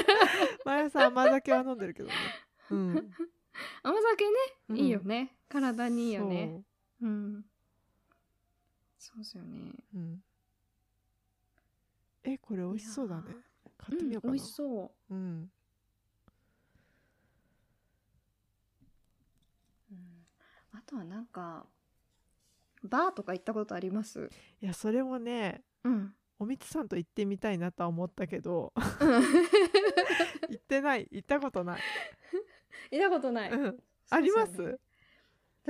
Speaker 2: 毎朝甘酒は飲んでるけどね、うん
Speaker 1: 甘酒
Speaker 2: うん、
Speaker 1: ねいいよね、 体にいいよね
Speaker 2: そう
Speaker 1: うんそうですよね
Speaker 2: うん、えこれ美味しそうだね
Speaker 1: いや
Speaker 2: 買ってみようか
Speaker 1: ん、
Speaker 2: な、
Speaker 1: 美味しそ
Speaker 2: うん
Speaker 1: う、うん、あとはなんかバーとか行ったことあります
Speaker 2: いやそれもね
Speaker 1: うん
Speaker 2: おみつさんと行ってみたいなとは思ったけど行ってない行ったことない、
Speaker 1: 行ったことない、
Speaker 2: うん、ありま
Speaker 1: そうですよね
Speaker 2: す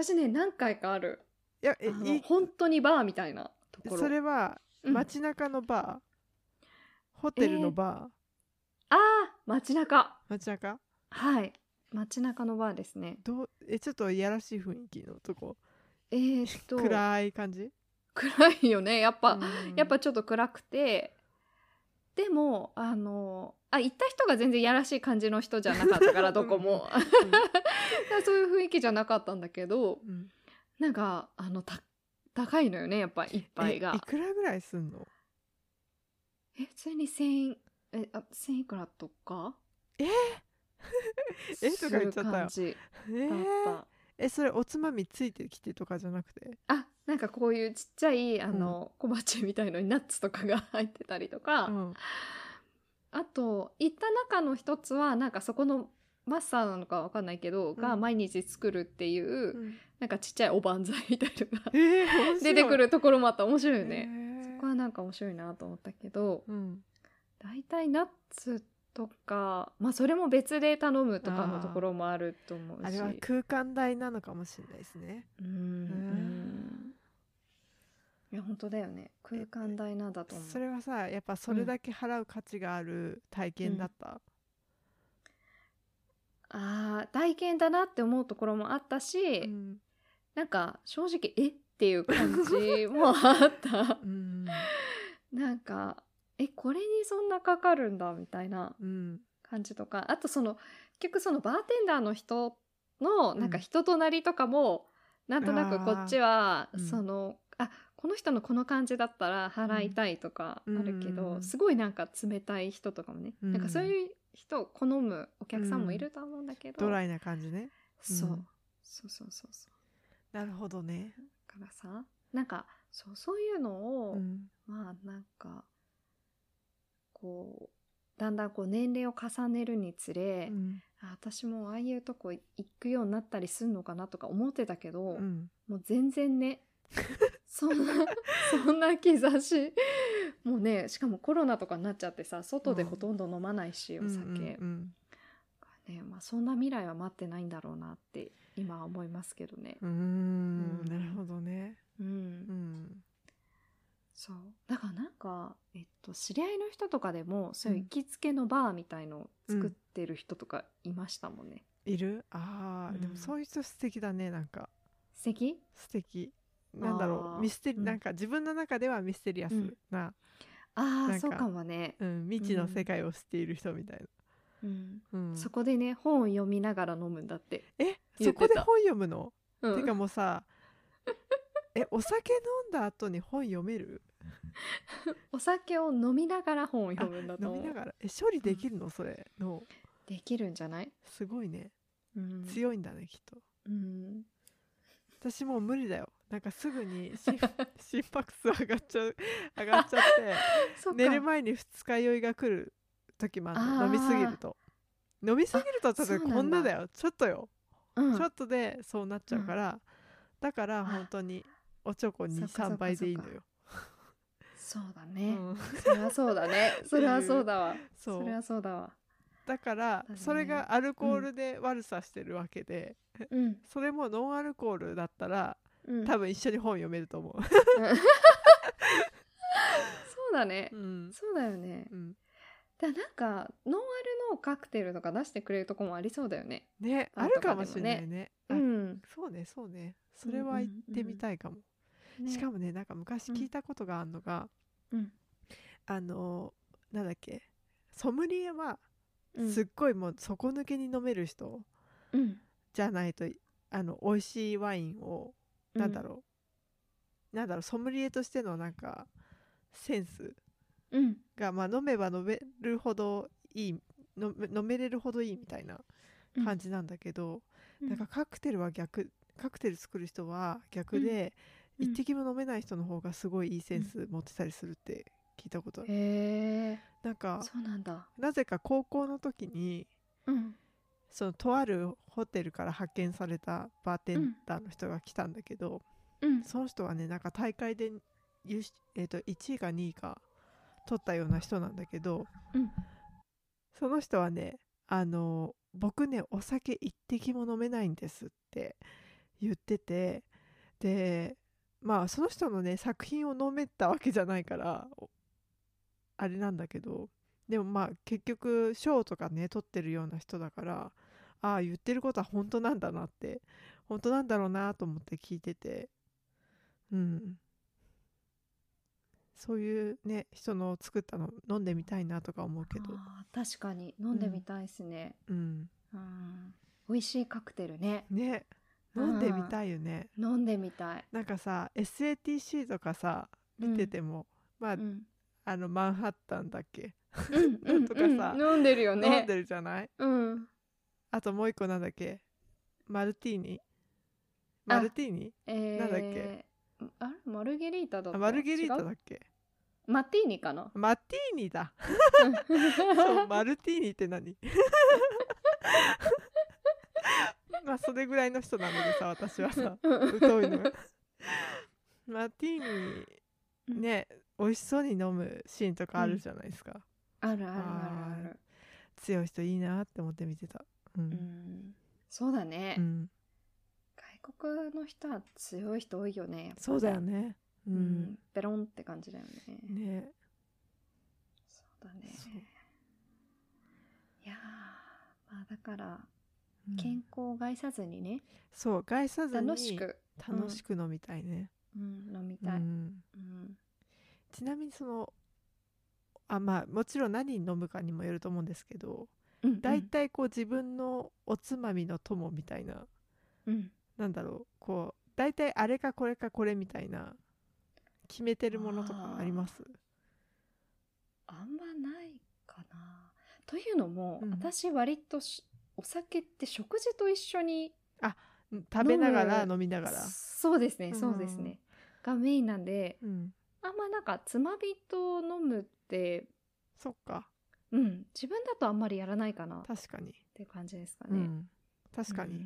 Speaker 1: 私ね何回かある
Speaker 2: いやえ
Speaker 1: あの
Speaker 2: いい
Speaker 1: 本当にバーみたいなところ
Speaker 2: それは
Speaker 1: うん
Speaker 2: 街中のバー、ホテルのバ
Speaker 1: ああ街中
Speaker 2: ー、街中
Speaker 1: はい街中のバーですね
Speaker 2: どうえちょっといやらしい雰囲気のとこ
Speaker 1: えー、っと暗
Speaker 2: 暗い感じ
Speaker 1: いよねやっぱ、
Speaker 2: うん
Speaker 1: やっぱちょっと暗くてでもあのあ行った人が全然やらしい感じの人じゃなかったからどこ もそういう雰囲気じゃなかったんだけど
Speaker 2: うん
Speaker 1: なんかあのた高いのよねやっぱ一
Speaker 2: え
Speaker 1: 杯
Speaker 2: い
Speaker 1: が
Speaker 2: くらぐらいすんの
Speaker 1: え普通に1000えあ1000いくらとか
Speaker 2: え えとか言っちゃったよ
Speaker 1: する感じ
Speaker 2: え
Speaker 1: だっ
Speaker 2: ー
Speaker 1: た、
Speaker 2: えそれおつまみついてきてとかじゃなくて
Speaker 1: あなんかこういうちっちゃいあの、小鉢みたいのにナッツとかが入ってたりとか、
Speaker 2: うん
Speaker 1: あと行った中の一つはなんかそこのマスターなのかわかんないけど、
Speaker 2: ん
Speaker 1: が毎日作るっていう、
Speaker 2: うん
Speaker 1: なんかちっちゃいおばんざいみたいのが
Speaker 2: えー面白い
Speaker 1: 出てくるところもあった面白いよね、
Speaker 2: えー
Speaker 1: そこはなんか面白いなと思ったけど
Speaker 2: うん
Speaker 1: 大体ナッツとかまあそれも別で頼むとかのところもあると思うし
Speaker 2: あれは空間大なのかもしれないですね。
Speaker 1: うんうんいや本当だよね空間大なんだと思う
Speaker 2: それはさやっぱそれだけ払う価値がある体験だった。
Speaker 1: あー体験だなって思うところもあったし、
Speaker 2: うん
Speaker 1: なんか正直えっていう感じもあった
Speaker 2: うん
Speaker 1: なんかえこれにそんなかかるんだみたいな
Speaker 2: うん
Speaker 1: 感じとかあとその結局そのバーテンダーの人の
Speaker 2: うん
Speaker 1: なんか人となりとかも、なんとなくこっちは
Speaker 2: あーうん
Speaker 1: その、あこの人のこの感じだったら払いたいとかあるけ
Speaker 2: うんうんうん
Speaker 1: ど、
Speaker 2: うん
Speaker 1: すごいなんか冷たい人とかもね、
Speaker 2: うん
Speaker 1: なんかそういう人を好むお客さんもいるとは思うんだけど、
Speaker 2: ドライな感じね
Speaker 1: そう
Speaker 2: うん
Speaker 1: そうそうそうそう
Speaker 2: なるほどね、
Speaker 1: だからさなんかそうそういうのを、
Speaker 2: うん
Speaker 1: まあなんかこうだんだんこう年齢を重ねるにつれ、
Speaker 2: うん
Speaker 1: あ私もああいうとこ行くようになったりするのかなとか思ってたけど、
Speaker 2: うん
Speaker 1: もう全然 ねそんなそんな兆しもうねしかもコロナとかになっちゃってさ外でほとんど飲まないし、お酒、
Speaker 2: うんうん
Speaker 1: ねまあ、そんな未来は待ってないんだろうなって今は思いますけどね、
Speaker 2: うんうーん
Speaker 1: うん
Speaker 2: なるほどね、
Speaker 1: うん
Speaker 2: うん、
Speaker 1: そうだからなんか、えっと、知り合いの人とかでもそういう行きつけのバーみたいのを作ってる人とかいましたもんね、
Speaker 2: いるあー、で
Speaker 1: う
Speaker 2: も
Speaker 1: ん
Speaker 2: そういう人素敵だねなんか
Speaker 1: 素敵
Speaker 2: 素敵なんだろ
Speaker 1: あー
Speaker 2: うミステリ、
Speaker 1: うん
Speaker 2: なんか自分の中ではミステリアス
Speaker 1: うん
Speaker 2: な、
Speaker 1: あ
Speaker 2: な
Speaker 1: あ
Speaker 2: んか
Speaker 1: そうかもね、
Speaker 2: うん、未知の世界を知っている人みたい
Speaker 1: うん
Speaker 2: な、うん、
Speaker 1: そこでね本を読みながら飲むんだって、
Speaker 2: え
Speaker 1: 言
Speaker 2: そ
Speaker 1: ってた
Speaker 2: こで本読むの、
Speaker 1: うん
Speaker 2: てかも うさえお酒飲んだ後に本読める
Speaker 1: お酒を飲みながら本を読むんだと
Speaker 2: 飲み
Speaker 1: 思
Speaker 2: な
Speaker 1: う
Speaker 2: がらえ処理できるのそれの
Speaker 1: できるんじゃない、
Speaker 2: すごいね
Speaker 1: うん、
Speaker 2: 強いんだねきっと
Speaker 1: うん
Speaker 2: 私もう無理だよなんかすぐに 心心拍数上がっちゃう上がっちゃっ
Speaker 1: そ
Speaker 2: て
Speaker 1: っか
Speaker 2: 寝る前に二日酔いが来る時もある
Speaker 1: あー
Speaker 2: の飲みすぎると飲みすぎると
Speaker 1: そう
Speaker 2: 例え
Speaker 1: なん
Speaker 2: ば
Speaker 1: だ
Speaker 2: こんなだよちょっとよ、
Speaker 1: うん
Speaker 2: ちょっとでそうなっちゃうから、だから本当におちょこ
Speaker 1: そっかそっか
Speaker 2: 23倍でいいのよ、
Speaker 1: そうだ
Speaker 2: う
Speaker 1: ね、
Speaker 2: ん、
Speaker 1: それはそうだ ねそれはそうだわ
Speaker 2: そう
Speaker 1: それはそうだわ
Speaker 2: だから
Speaker 1: だね
Speaker 2: それがアルコールで悪さしてるわけで、
Speaker 1: うん
Speaker 2: それもノンアルコールだったら
Speaker 1: うん
Speaker 2: 多分一緒に本読めると思
Speaker 1: そうだね
Speaker 2: う、うん
Speaker 1: そうだよね
Speaker 2: うん、
Speaker 1: だからなんかノンアルのカクテルとか出してくれるとこもありそうだよね
Speaker 2: ね
Speaker 1: あ
Speaker 2: あ
Speaker 1: る
Speaker 2: る
Speaker 1: か
Speaker 2: か
Speaker 1: も
Speaker 2: も
Speaker 1: し
Speaker 2: し
Speaker 1: れ
Speaker 2: れ
Speaker 1: な
Speaker 2: ないいねあ
Speaker 1: うん、
Speaker 2: そうねそうねそれは行ってみたいかも、
Speaker 1: ね
Speaker 2: しかもねなんか昔聞いたことがあるのが、
Speaker 1: うん
Speaker 2: あのーなんだっけソムリエは
Speaker 1: うん
Speaker 2: すっごいもう底抜けに飲める人
Speaker 1: うん
Speaker 2: じゃないとあの美味しいワインをなんだろう、なんだろうソムリエとしてのなんかセンス
Speaker 1: うん
Speaker 2: が、まあ、飲めば飲めるほどいい飲め飲めれるほどいいみたいな
Speaker 1: うん
Speaker 2: 感じなんだけど、
Speaker 1: うん
Speaker 2: なんかカクテルは逆カクテル作る人は逆で、
Speaker 1: うん
Speaker 2: 一滴も飲めない人の方がすごいいいセンス持ってたりするって聞いたことある、
Speaker 1: へえ
Speaker 2: なんか
Speaker 1: そうなんだ
Speaker 2: なぜか高校の時に
Speaker 1: うん
Speaker 2: そのとあるホテルから派遣されたバーテンダーの人が来たんだけど、
Speaker 1: うん
Speaker 2: その人はねなんか大会で優し、えー、と1位か2位か取ったような人なんだけど
Speaker 1: うん
Speaker 2: その人はねあの僕ねお酒一滴も飲めないんですって言っててでまあその人のね作品を飲めたわけじゃないからおあれなんだけどでもまあ結局賞とかね取ってるような人だからああ言ってることは本当なんだなって本当なんだろうなと思って聞いててうんそういうね人の作ったの飲んでみたいなとか思うけど
Speaker 1: あー確かに飲んでみたいですね、
Speaker 2: うん
Speaker 1: うん、美味しいカクテルね
Speaker 2: ね飲んでみたいよね、
Speaker 1: 飲んでみたい、
Speaker 2: なんかさ SATC とかさ見てても、まあ、
Speaker 1: うん
Speaker 2: あのマンハッタンだっけ、
Speaker 1: うんうん
Speaker 2: とかさ
Speaker 1: うん飲んでるよね
Speaker 2: 飲んでるじゃない
Speaker 1: うん
Speaker 2: あともう一個なんだっけマルティーニ
Speaker 1: あ
Speaker 2: マルティーニ
Speaker 1: えー、
Speaker 2: なんだっけ
Speaker 1: あれマルゲリータだっ
Speaker 2: あ
Speaker 1: た
Speaker 2: マルゲリータ
Speaker 1: 違
Speaker 2: だ
Speaker 1: う
Speaker 2: っけ
Speaker 1: マティーニか な
Speaker 2: マティー ニだそう
Speaker 1: う
Speaker 2: マルティーニって 何まあそれぐらいの人なのでさ私はさ疎いの よマティーニ
Speaker 1: ん
Speaker 2: ね美味しそうに飲むシーンとかあるじゃないですか、
Speaker 1: あるあるあるある
Speaker 2: 強い人いいなって思って見てた。う。
Speaker 1: うんんそうだね、
Speaker 2: うん、
Speaker 1: 外国の人は強い人多いよね
Speaker 2: そうだよ
Speaker 1: ね、
Speaker 2: ね。う
Speaker 1: うんん。、ベロンって感じだよね
Speaker 2: ね。
Speaker 1: そうだね
Speaker 2: そう
Speaker 1: いやーまあだから
Speaker 2: うん
Speaker 1: 健康を害さずにね、
Speaker 2: そう害さずに
Speaker 1: 楽しく、
Speaker 2: 楽しく飲みたいね。
Speaker 1: うん、飲み
Speaker 2: う
Speaker 1: たい、うん
Speaker 2: ん。ちなみにそのあまあもちろん何飲むかにもよると思うんですけど、
Speaker 1: うん、
Speaker 2: だいたいこう自分のおつまみの友みたいな
Speaker 1: うん
Speaker 2: なんだろうこうだいたいあれかこれかこれみたいな決めてるものとかあります？
Speaker 1: あんまないかなというのも、
Speaker 2: うん
Speaker 1: 私割としお酒って食事と一緒に
Speaker 2: 食べながら飲みながら、
Speaker 1: そうですね
Speaker 2: うん
Speaker 1: そうですね、がメインなんで
Speaker 2: うん、
Speaker 1: あんまなんかつまみと飲むって、
Speaker 2: そっか
Speaker 1: うん、自分だとあんまりやらないかなっ
Speaker 2: 確かに、
Speaker 1: て感じですか
Speaker 2: う
Speaker 1: ね。
Speaker 2: ん、確かに、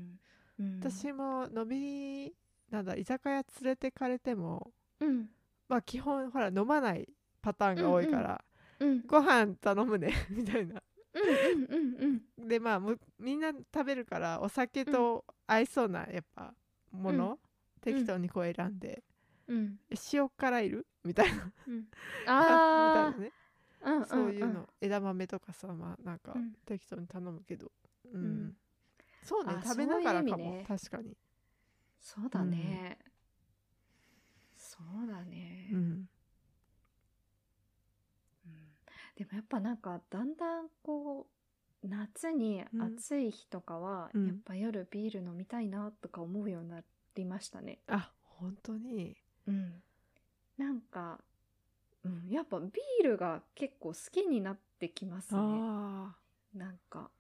Speaker 1: うん、うん、
Speaker 2: 私も飲みなんだ居酒屋連れてかれても
Speaker 1: うん
Speaker 2: まあ基本ほら飲まないパターンが多いから、
Speaker 1: うんうん
Speaker 2: ご飯頼むね みたいな
Speaker 1: うんうんうん
Speaker 2: でまあむみんな食べるからお酒と合いそうなやっぱもの、適当にこう選んで、
Speaker 1: うん
Speaker 2: え塩辛いるみたいな
Speaker 1: うん
Speaker 2: あ
Speaker 1: あ
Speaker 2: みたいなね
Speaker 1: あ、んんん
Speaker 2: そういうの、枝豆とかさまあなんか
Speaker 1: うん
Speaker 2: 適当に頼むけどうん、
Speaker 1: ん
Speaker 2: そうね
Speaker 1: あ
Speaker 2: 食べながらか
Speaker 1: そういう意
Speaker 2: も、
Speaker 1: 味ね
Speaker 2: 確かに
Speaker 1: そうだね、そうだね、
Speaker 2: うん
Speaker 1: うんでもやっぱなんかだんだんこう夏に暑い日とかは、
Speaker 2: うん
Speaker 1: やっぱ夜ビール飲みたいなとか思うようになりましたね。
Speaker 2: あ本当に
Speaker 1: うん、なんか、うん、やっぱビールが結構好きになってきますね。
Speaker 2: あ
Speaker 1: なんか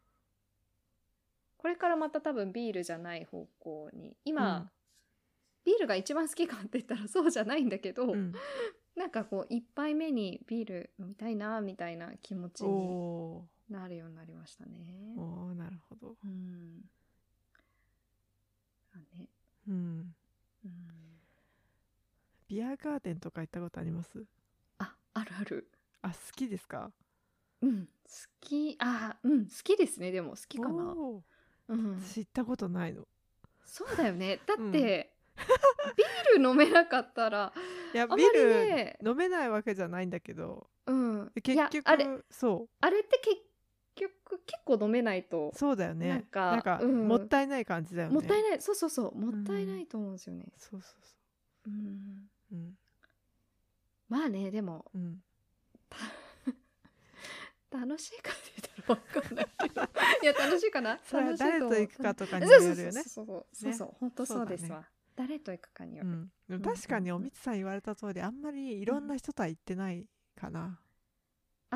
Speaker 1: これからまた多分ビールじゃない方向に今、
Speaker 2: うん
Speaker 1: ビールが一番好きかって言ったらそうじゃないんだけど、
Speaker 2: あうん
Speaker 1: なんかこう一杯目にビール飲みたいなみたいな気持ち
Speaker 2: お
Speaker 1: に
Speaker 2: お
Speaker 1: なるようになりましたね。
Speaker 2: ーおーなるほど
Speaker 1: うん。だね。
Speaker 2: うん
Speaker 1: うん、
Speaker 2: ビアガーデンとか行ったことあります
Speaker 1: あ、あるある。
Speaker 2: あ好きですか
Speaker 1: うん。好き、あ、うん、好きですね。でも好きかな。
Speaker 2: おー
Speaker 1: うん。
Speaker 2: 知ったことないの
Speaker 1: そうだよね。だ
Speaker 2: うん
Speaker 1: って、ビール飲めなかったら、
Speaker 2: いや
Speaker 1: あま
Speaker 2: ビ
Speaker 1: り
Speaker 2: ール、
Speaker 1: ね
Speaker 2: 飲めないわけじゃないんだけど
Speaker 1: うん。い
Speaker 2: 結
Speaker 1: や
Speaker 2: 局
Speaker 1: あれ、
Speaker 2: そ
Speaker 1: あれって結局結構飲めないと
Speaker 2: う、そうだよね
Speaker 1: なんかうん
Speaker 2: もったいない感じだよね
Speaker 1: もったい
Speaker 2: い
Speaker 1: ない、そうそうそう、もったいないと思うんですよね。
Speaker 2: そうそう
Speaker 1: う
Speaker 2: そ
Speaker 1: ん。
Speaker 2: ううん
Speaker 1: まあね、でも、
Speaker 2: うん
Speaker 1: 楽しいかって言ったら分かんない けどいや楽しいかな
Speaker 2: それは
Speaker 1: 楽しい
Speaker 2: 誰
Speaker 1: 思
Speaker 2: と
Speaker 1: う
Speaker 2: 行くかとかにも
Speaker 1: そう
Speaker 2: よ
Speaker 1: そう
Speaker 2: るよね
Speaker 1: そうそうそうそうそう本当そうですわ、誰と行くかによ
Speaker 2: う
Speaker 1: る、
Speaker 2: んでも確かにおみつさん言われた通りあんまりいろんな人とは行ってないかな
Speaker 1: ああ、
Speaker 2: う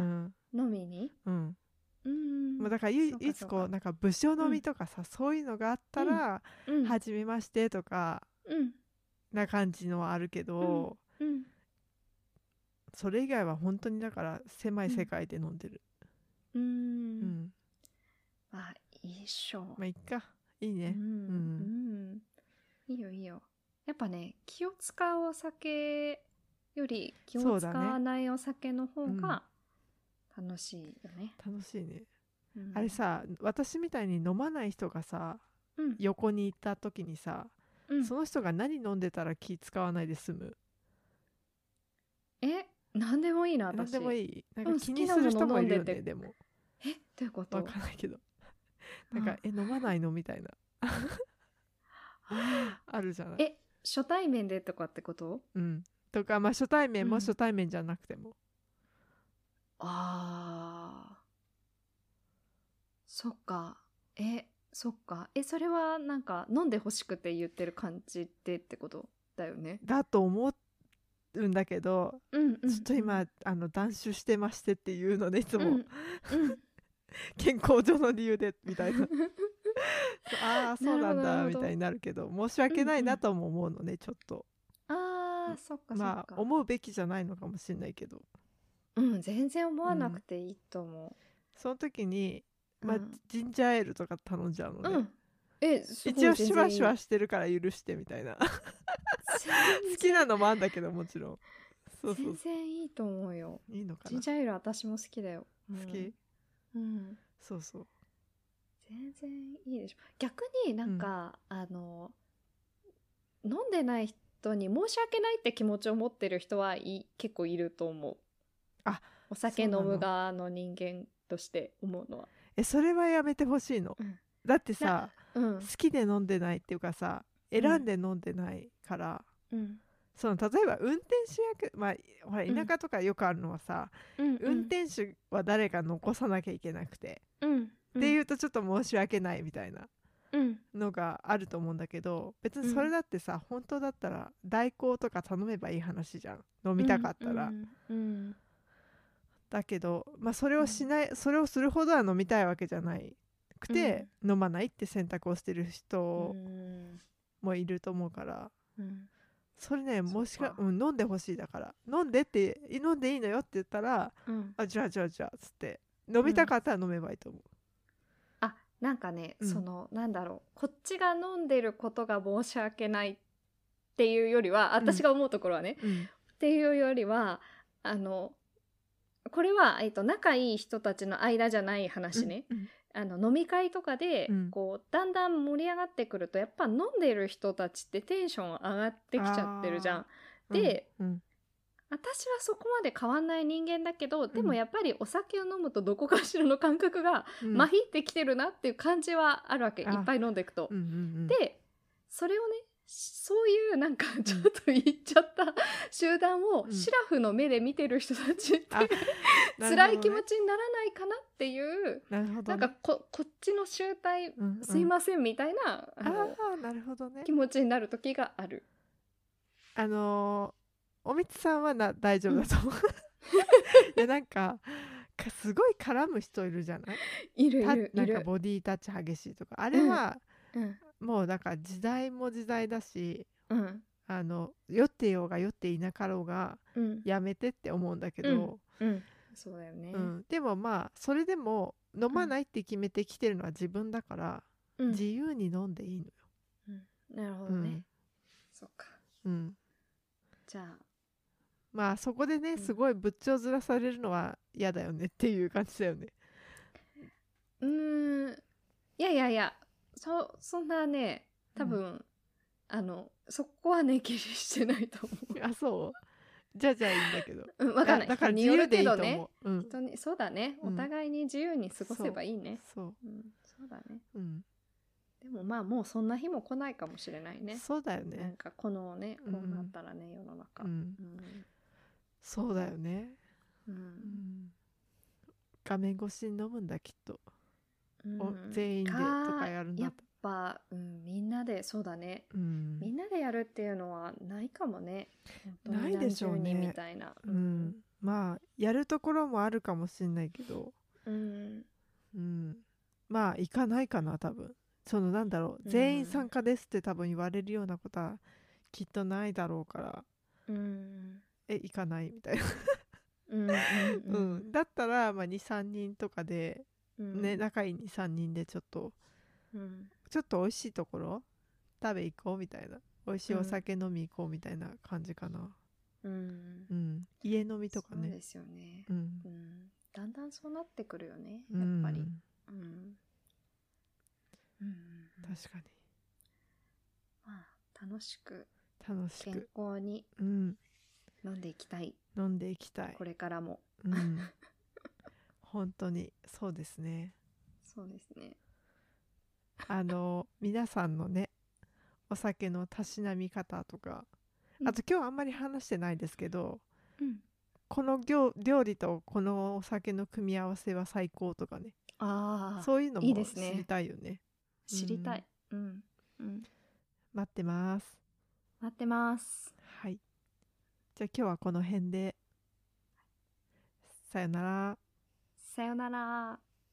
Speaker 2: ん
Speaker 1: 飲みに
Speaker 2: うん
Speaker 1: うん
Speaker 2: もうだから唯
Speaker 1: そうか
Speaker 2: 唯一
Speaker 1: そう
Speaker 2: こ
Speaker 1: か
Speaker 2: うなんか武将飲みとかさそういうのがあったら
Speaker 1: うん
Speaker 2: はじめましてとか
Speaker 1: うん
Speaker 2: な感じのはあるけど
Speaker 1: うん
Speaker 2: それ以外は本当にだから狭い世界で飲んでる
Speaker 1: う
Speaker 2: うんん
Speaker 1: あいいっしょ、
Speaker 2: まあいっかいいうね
Speaker 1: ん
Speaker 2: う
Speaker 1: うんいいよいいよやっぱね気を使うお酒より気
Speaker 2: そ
Speaker 1: を
Speaker 2: う
Speaker 1: 使
Speaker 2: だね
Speaker 1: わないお酒の方が楽しいよね
Speaker 2: 楽しいね
Speaker 1: うん
Speaker 2: あれさ私みたいに飲まない人がさ
Speaker 1: うん
Speaker 2: 横にいた時にさ
Speaker 1: うん
Speaker 2: その人が何飲んでたら気使わないで済む
Speaker 1: え何でもいいな私
Speaker 2: 何でもいいなん
Speaker 1: う
Speaker 2: か
Speaker 1: ん
Speaker 2: 気にする人もいる
Speaker 1: 好
Speaker 2: よ
Speaker 1: きなもの飲んで
Speaker 2: ね
Speaker 1: て
Speaker 2: でも
Speaker 1: えどういうこと
Speaker 2: わかんないけどなんか
Speaker 1: あ
Speaker 2: え飲まないのみた いな
Speaker 1: あ
Speaker 2: あるじゃない
Speaker 1: え初対面でとかってこと
Speaker 2: うんとかまあ初対面
Speaker 1: う
Speaker 2: も
Speaker 1: ん
Speaker 2: 初対面じゃなくても
Speaker 1: ああそっかえそっかえそれはなんか飲んでほしくて言ってる感じでってことだよね
Speaker 2: だと思うんだけど
Speaker 1: うんうん
Speaker 2: ちょっと今あの断酒してましてっていうのでいつ
Speaker 1: うんう
Speaker 2: も
Speaker 1: ん うん
Speaker 2: 健康上の理由でみ たいなああそうなん
Speaker 1: なるほど
Speaker 2: だ
Speaker 1: なるほ
Speaker 2: み
Speaker 1: ど
Speaker 2: たいになるけど申し訳ない
Speaker 1: うんう
Speaker 2: なんとも思うのねちょっと
Speaker 1: あーそっかそっか、
Speaker 2: まあ思うべきじゃないのかもしれないけど
Speaker 1: うん全然思わなくていいと思
Speaker 2: その時に
Speaker 1: う
Speaker 2: まあ
Speaker 1: うん
Speaker 2: ジンジャーエールとか頼んじゃうの
Speaker 1: う
Speaker 2: ね
Speaker 1: んえすごい
Speaker 2: 一応シュワシュワ
Speaker 1: 全
Speaker 2: してるから許してみたいな
Speaker 1: 然いい
Speaker 2: 好きなのもあんだけどもちろんそうそ
Speaker 1: 全
Speaker 2: う
Speaker 1: 然いいと思うよ
Speaker 2: いいのか
Speaker 1: ジ
Speaker 2: な
Speaker 1: ンジャーエール私も好きだよ、うん
Speaker 2: 好き
Speaker 1: うん
Speaker 2: そうそう
Speaker 1: 全然いいでしょ逆になんか、あの飲んでない人に申し訳ないって気持ちを持ってる人はい結構いると思う
Speaker 2: あ
Speaker 1: お酒飲
Speaker 2: そうな
Speaker 1: む
Speaker 2: の
Speaker 1: 側の人間として思うのは
Speaker 2: えそれはやめてほしいの
Speaker 1: うん
Speaker 2: だってさ
Speaker 1: うん
Speaker 2: 好きで飲んでないっていうかさ
Speaker 1: ん
Speaker 2: 選んで飲んでないから
Speaker 1: うん
Speaker 2: その例えば運転手役まあほら
Speaker 1: うん
Speaker 2: 田舎とかよくあるのはさ
Speaker 1: うん
Speaker 2: 運転手は誰か残さなきゃいけなくて
Speaker 1: うん
Speaker 2: っていううとちょっと申し訳ないみたいなん
Speaker 1: うん
Speaker 2: のがあると思うんだけど別にそれだってさ、本当だったら代行とか頼めばいい話じゃん飲みたかったら、
Speaker 1: うんうん
Speaker 2: だけど、まあ、それをしない、それをするほどは飲みたいわけじゃないくて、飲まないって選択をしてる人
Speaker 1: うん
Speaker 2: もいると思うから、
Speaker 1: うん
Speaker 2: それね
Speaker 1: っか
Speaker 2: もしかうん、飲んでほしいだから飲んでって飲んでいいのよって言ったら
Speaker 1: うん
Speaker 2: あじゃあじゃあじゃあつって飲みたかったら飲めばいいと思う、
Speaker 1: あなんかね、
Speaker 2: うん
Speaker 1: そのなんだろうこっちが飲んでることが申し訳ないっていうよりは私が思うところはね、
Speaker 2: うん
Speaker 1: っていうよりはあのこれは、えっと、仲いい人たちの間じゃない話ね、
Speaker 2: うん
Speaker 1: あの飲み会とかで、
Speaker 2: うん
Speaker 1: こうだんだん盛り上がってくるとやっぱ飲んでる人たちってテンション上がってきちゃってるじゃん。で、
Speaker 2: うん
Speaker 1: 私はそこまで変わんない人間だけどで
Speaker 2: う
Speaker 1: も
Speaker 2: ん
Speaker 1: やっぱりお酒を飲むとどこかしらの感覚が
Speaker 2: うん
Speaker 1: まひってきてるなっていう感じはあるわけ、
Speaker 2: あ
Speaker 1: いっぱい飲んでいくと。
Speaker 2: うんうんうん
Speaker 1: でそれをねそういうなんかちょっと言っちゃ った集団を
Speaker 2: うん
Speaker 1: シラフの目で見てる人たちって、
Speaker 2: あ
Speaker 1: 辛い気持ちにならないかなっていう
Speaker 2: なるほ
Speaker 1: な
Speaker 2: どね、
Speaker 1: んかここっちの集体
Speaker 2: うんうん
Speaker 1: すいませんみたいな、あの
Speaker 2: あーなるほどね
Speaker 1: 気持ちになる時がある。
Speaker 2: あのーおみつさんはな大丈夫だと 思ういやなんかかすごい絡む人いるじゃない
Speaker 1: いるい
Speaker 2: た
Speaker 1: る
Speaker 2: ないんか
Speaker 1: る。
Speaker 2: ボディタッチ激しいとかあれは
Speaker 1: うん
Speaker 2: もうだから時代も時代だし
Speaker 1: うん
Speaker 2: あの酔ってようが酔っていなかろうが
Speaker 1: うん
Speaker 2: やめてって思うんだけど、
Speaker 1: うんそうだよね。
Speaker 2: うんでもまあそれでも飲まないって決めてきてるのは自分だから、
Speaker 1: うん
Speaker 2: 自由に飲んでいいのよ。
Speaker 1: うんなるほど
Speaker 2: う
Speaker 1: ね。
Speaker 2: ん
Speaker 1: そっか。
Speaker 2: うん
Speaker 1: じゃあ
Speaker 2: まあそこでね
Speaker 1: ん
Speaker 2: すごい仏頂ずらされるのは嫌だよねっていう感じだよね。
Speaker 1: うーんいやいやいやそそんなね多分、あのそこはね気にしてないと思
Speaker 2: あそうじゃあじゃあいいんだけど。
Speaker 1: う。うん、 わかんない。
Speaker 2: だだ から
Speaker 1: 人に
Speaker 2: 自
Speaker 1: よ
Speaker 2: 由
Speaker 1: る
Speaker 2: でい
Speaker 1: け
Speaker 2: いと
Speaker 1: ど
Speaker 2: 思う。
Speaker 1: ね。
Speaker 2: うん、
Speaker 1: 本当にそうだね。
Speaker 2: う
Speaker 1: お
Speaker 2: ん
Speaker 1: 互いに自由に過ごせばいいね。
Speaker 2: そう
Speaker 1: うん、そうだね。
Speaker 2: うん、
Speaker 1: でもまあもうそんな日も来ないかもしれないね。
Speaker 2: そうだよ
Speaker 1: な
Speaker 2: ね
Speaker 1: ん。かこのね
Speaker 2: うん
Speaker 1: こうなったらね、世の中。
Speaker 2: う
Speaker 1: うん
Speaker 2: ん、そうだよね。
Speaker 1: うん
Speaker 2: うん画面越しに飲むんだきっと。
Speaker 1: うん
Speaker 2: お全員でとかやるんだ
Speaker 1: やっぱ、うん、みんなでそうだね
Speaker 2: うん
Speaker 1: みんなでやるっていうのはないかもね本当に
Speaker 2: ないでしょうね
Speaker 1: 何十人みたいな、
Speaker 2: うんまあやるところもあるかもしんないけど、
Speaker 1: うん
Speaker 2: うん、まあ行かないかな多分そのなんだろう
Speaker 1: うん
Speaker 2: 全員参加ですって多分言われるようなことはきっとないだろうから
Speaker 1: うん
Speaker 2: え行かないみたいな、
Speaker 1: うんうん
Speaker 2: うんだったら、まあ、23人とかで、
Speaker 1: うん
Speaker 2: ね仲いい23人でちょっと
Speaker 1: うん
Speaker 2: ちょっと美味しいところ食べ行こうみたいな美味しいお酒飲み行こうみたいな感じかな、
Speaker 1: うん
Speaker 2: うん家飲みとか
Speaker 1: そう
Speaker 2: ね
Speaker 1: ですよね
Speaker 2: う、ん
Speaker 1: うん、だんだんそうなってくるよね
Speaker 2: う
Speaker 1: や
Speaker 2: ん
Speaker 1: っぱりうん、うん、
Speaker 2: 確か
Speaker 1: まあ楽しく
Speaker 2: に楽し
Speaker 1: 健
Speaker 2: く、
Speaker 1: 康に
Speaker 2: うん、
Speaker 1: 飲んでいきたい
Speaker 2: 飲んでいきたい
Speaker 1: これからも
Speaker 2: うん、本当にそうですね
Speaker 1: そうですね
Speaker 2: あの皆さんのねお酒のたしなみ方とか
Speaker 1: うん
Speaker 2: あと今日あんまり話してないですけど、
Speaker 1: うん
Speaker 2: この料料理とこのお酒の組み合わせは最高とかね
Speaker 1: ああ
Speaker 2: そういうの
Speaker 1: いい
Speaker 2: も
Speaker 1: で
Speaker 2: 知
Speaker 1: すね
Speaker 2: りたいよね
Speaker 1: 知りたいうん、うん、
Speaker 2: 待ってます
Speaker 1: 待ってます
Speaker 2: はいじゃあ今日はこの辺でさよなら
Speaker 1: さよなら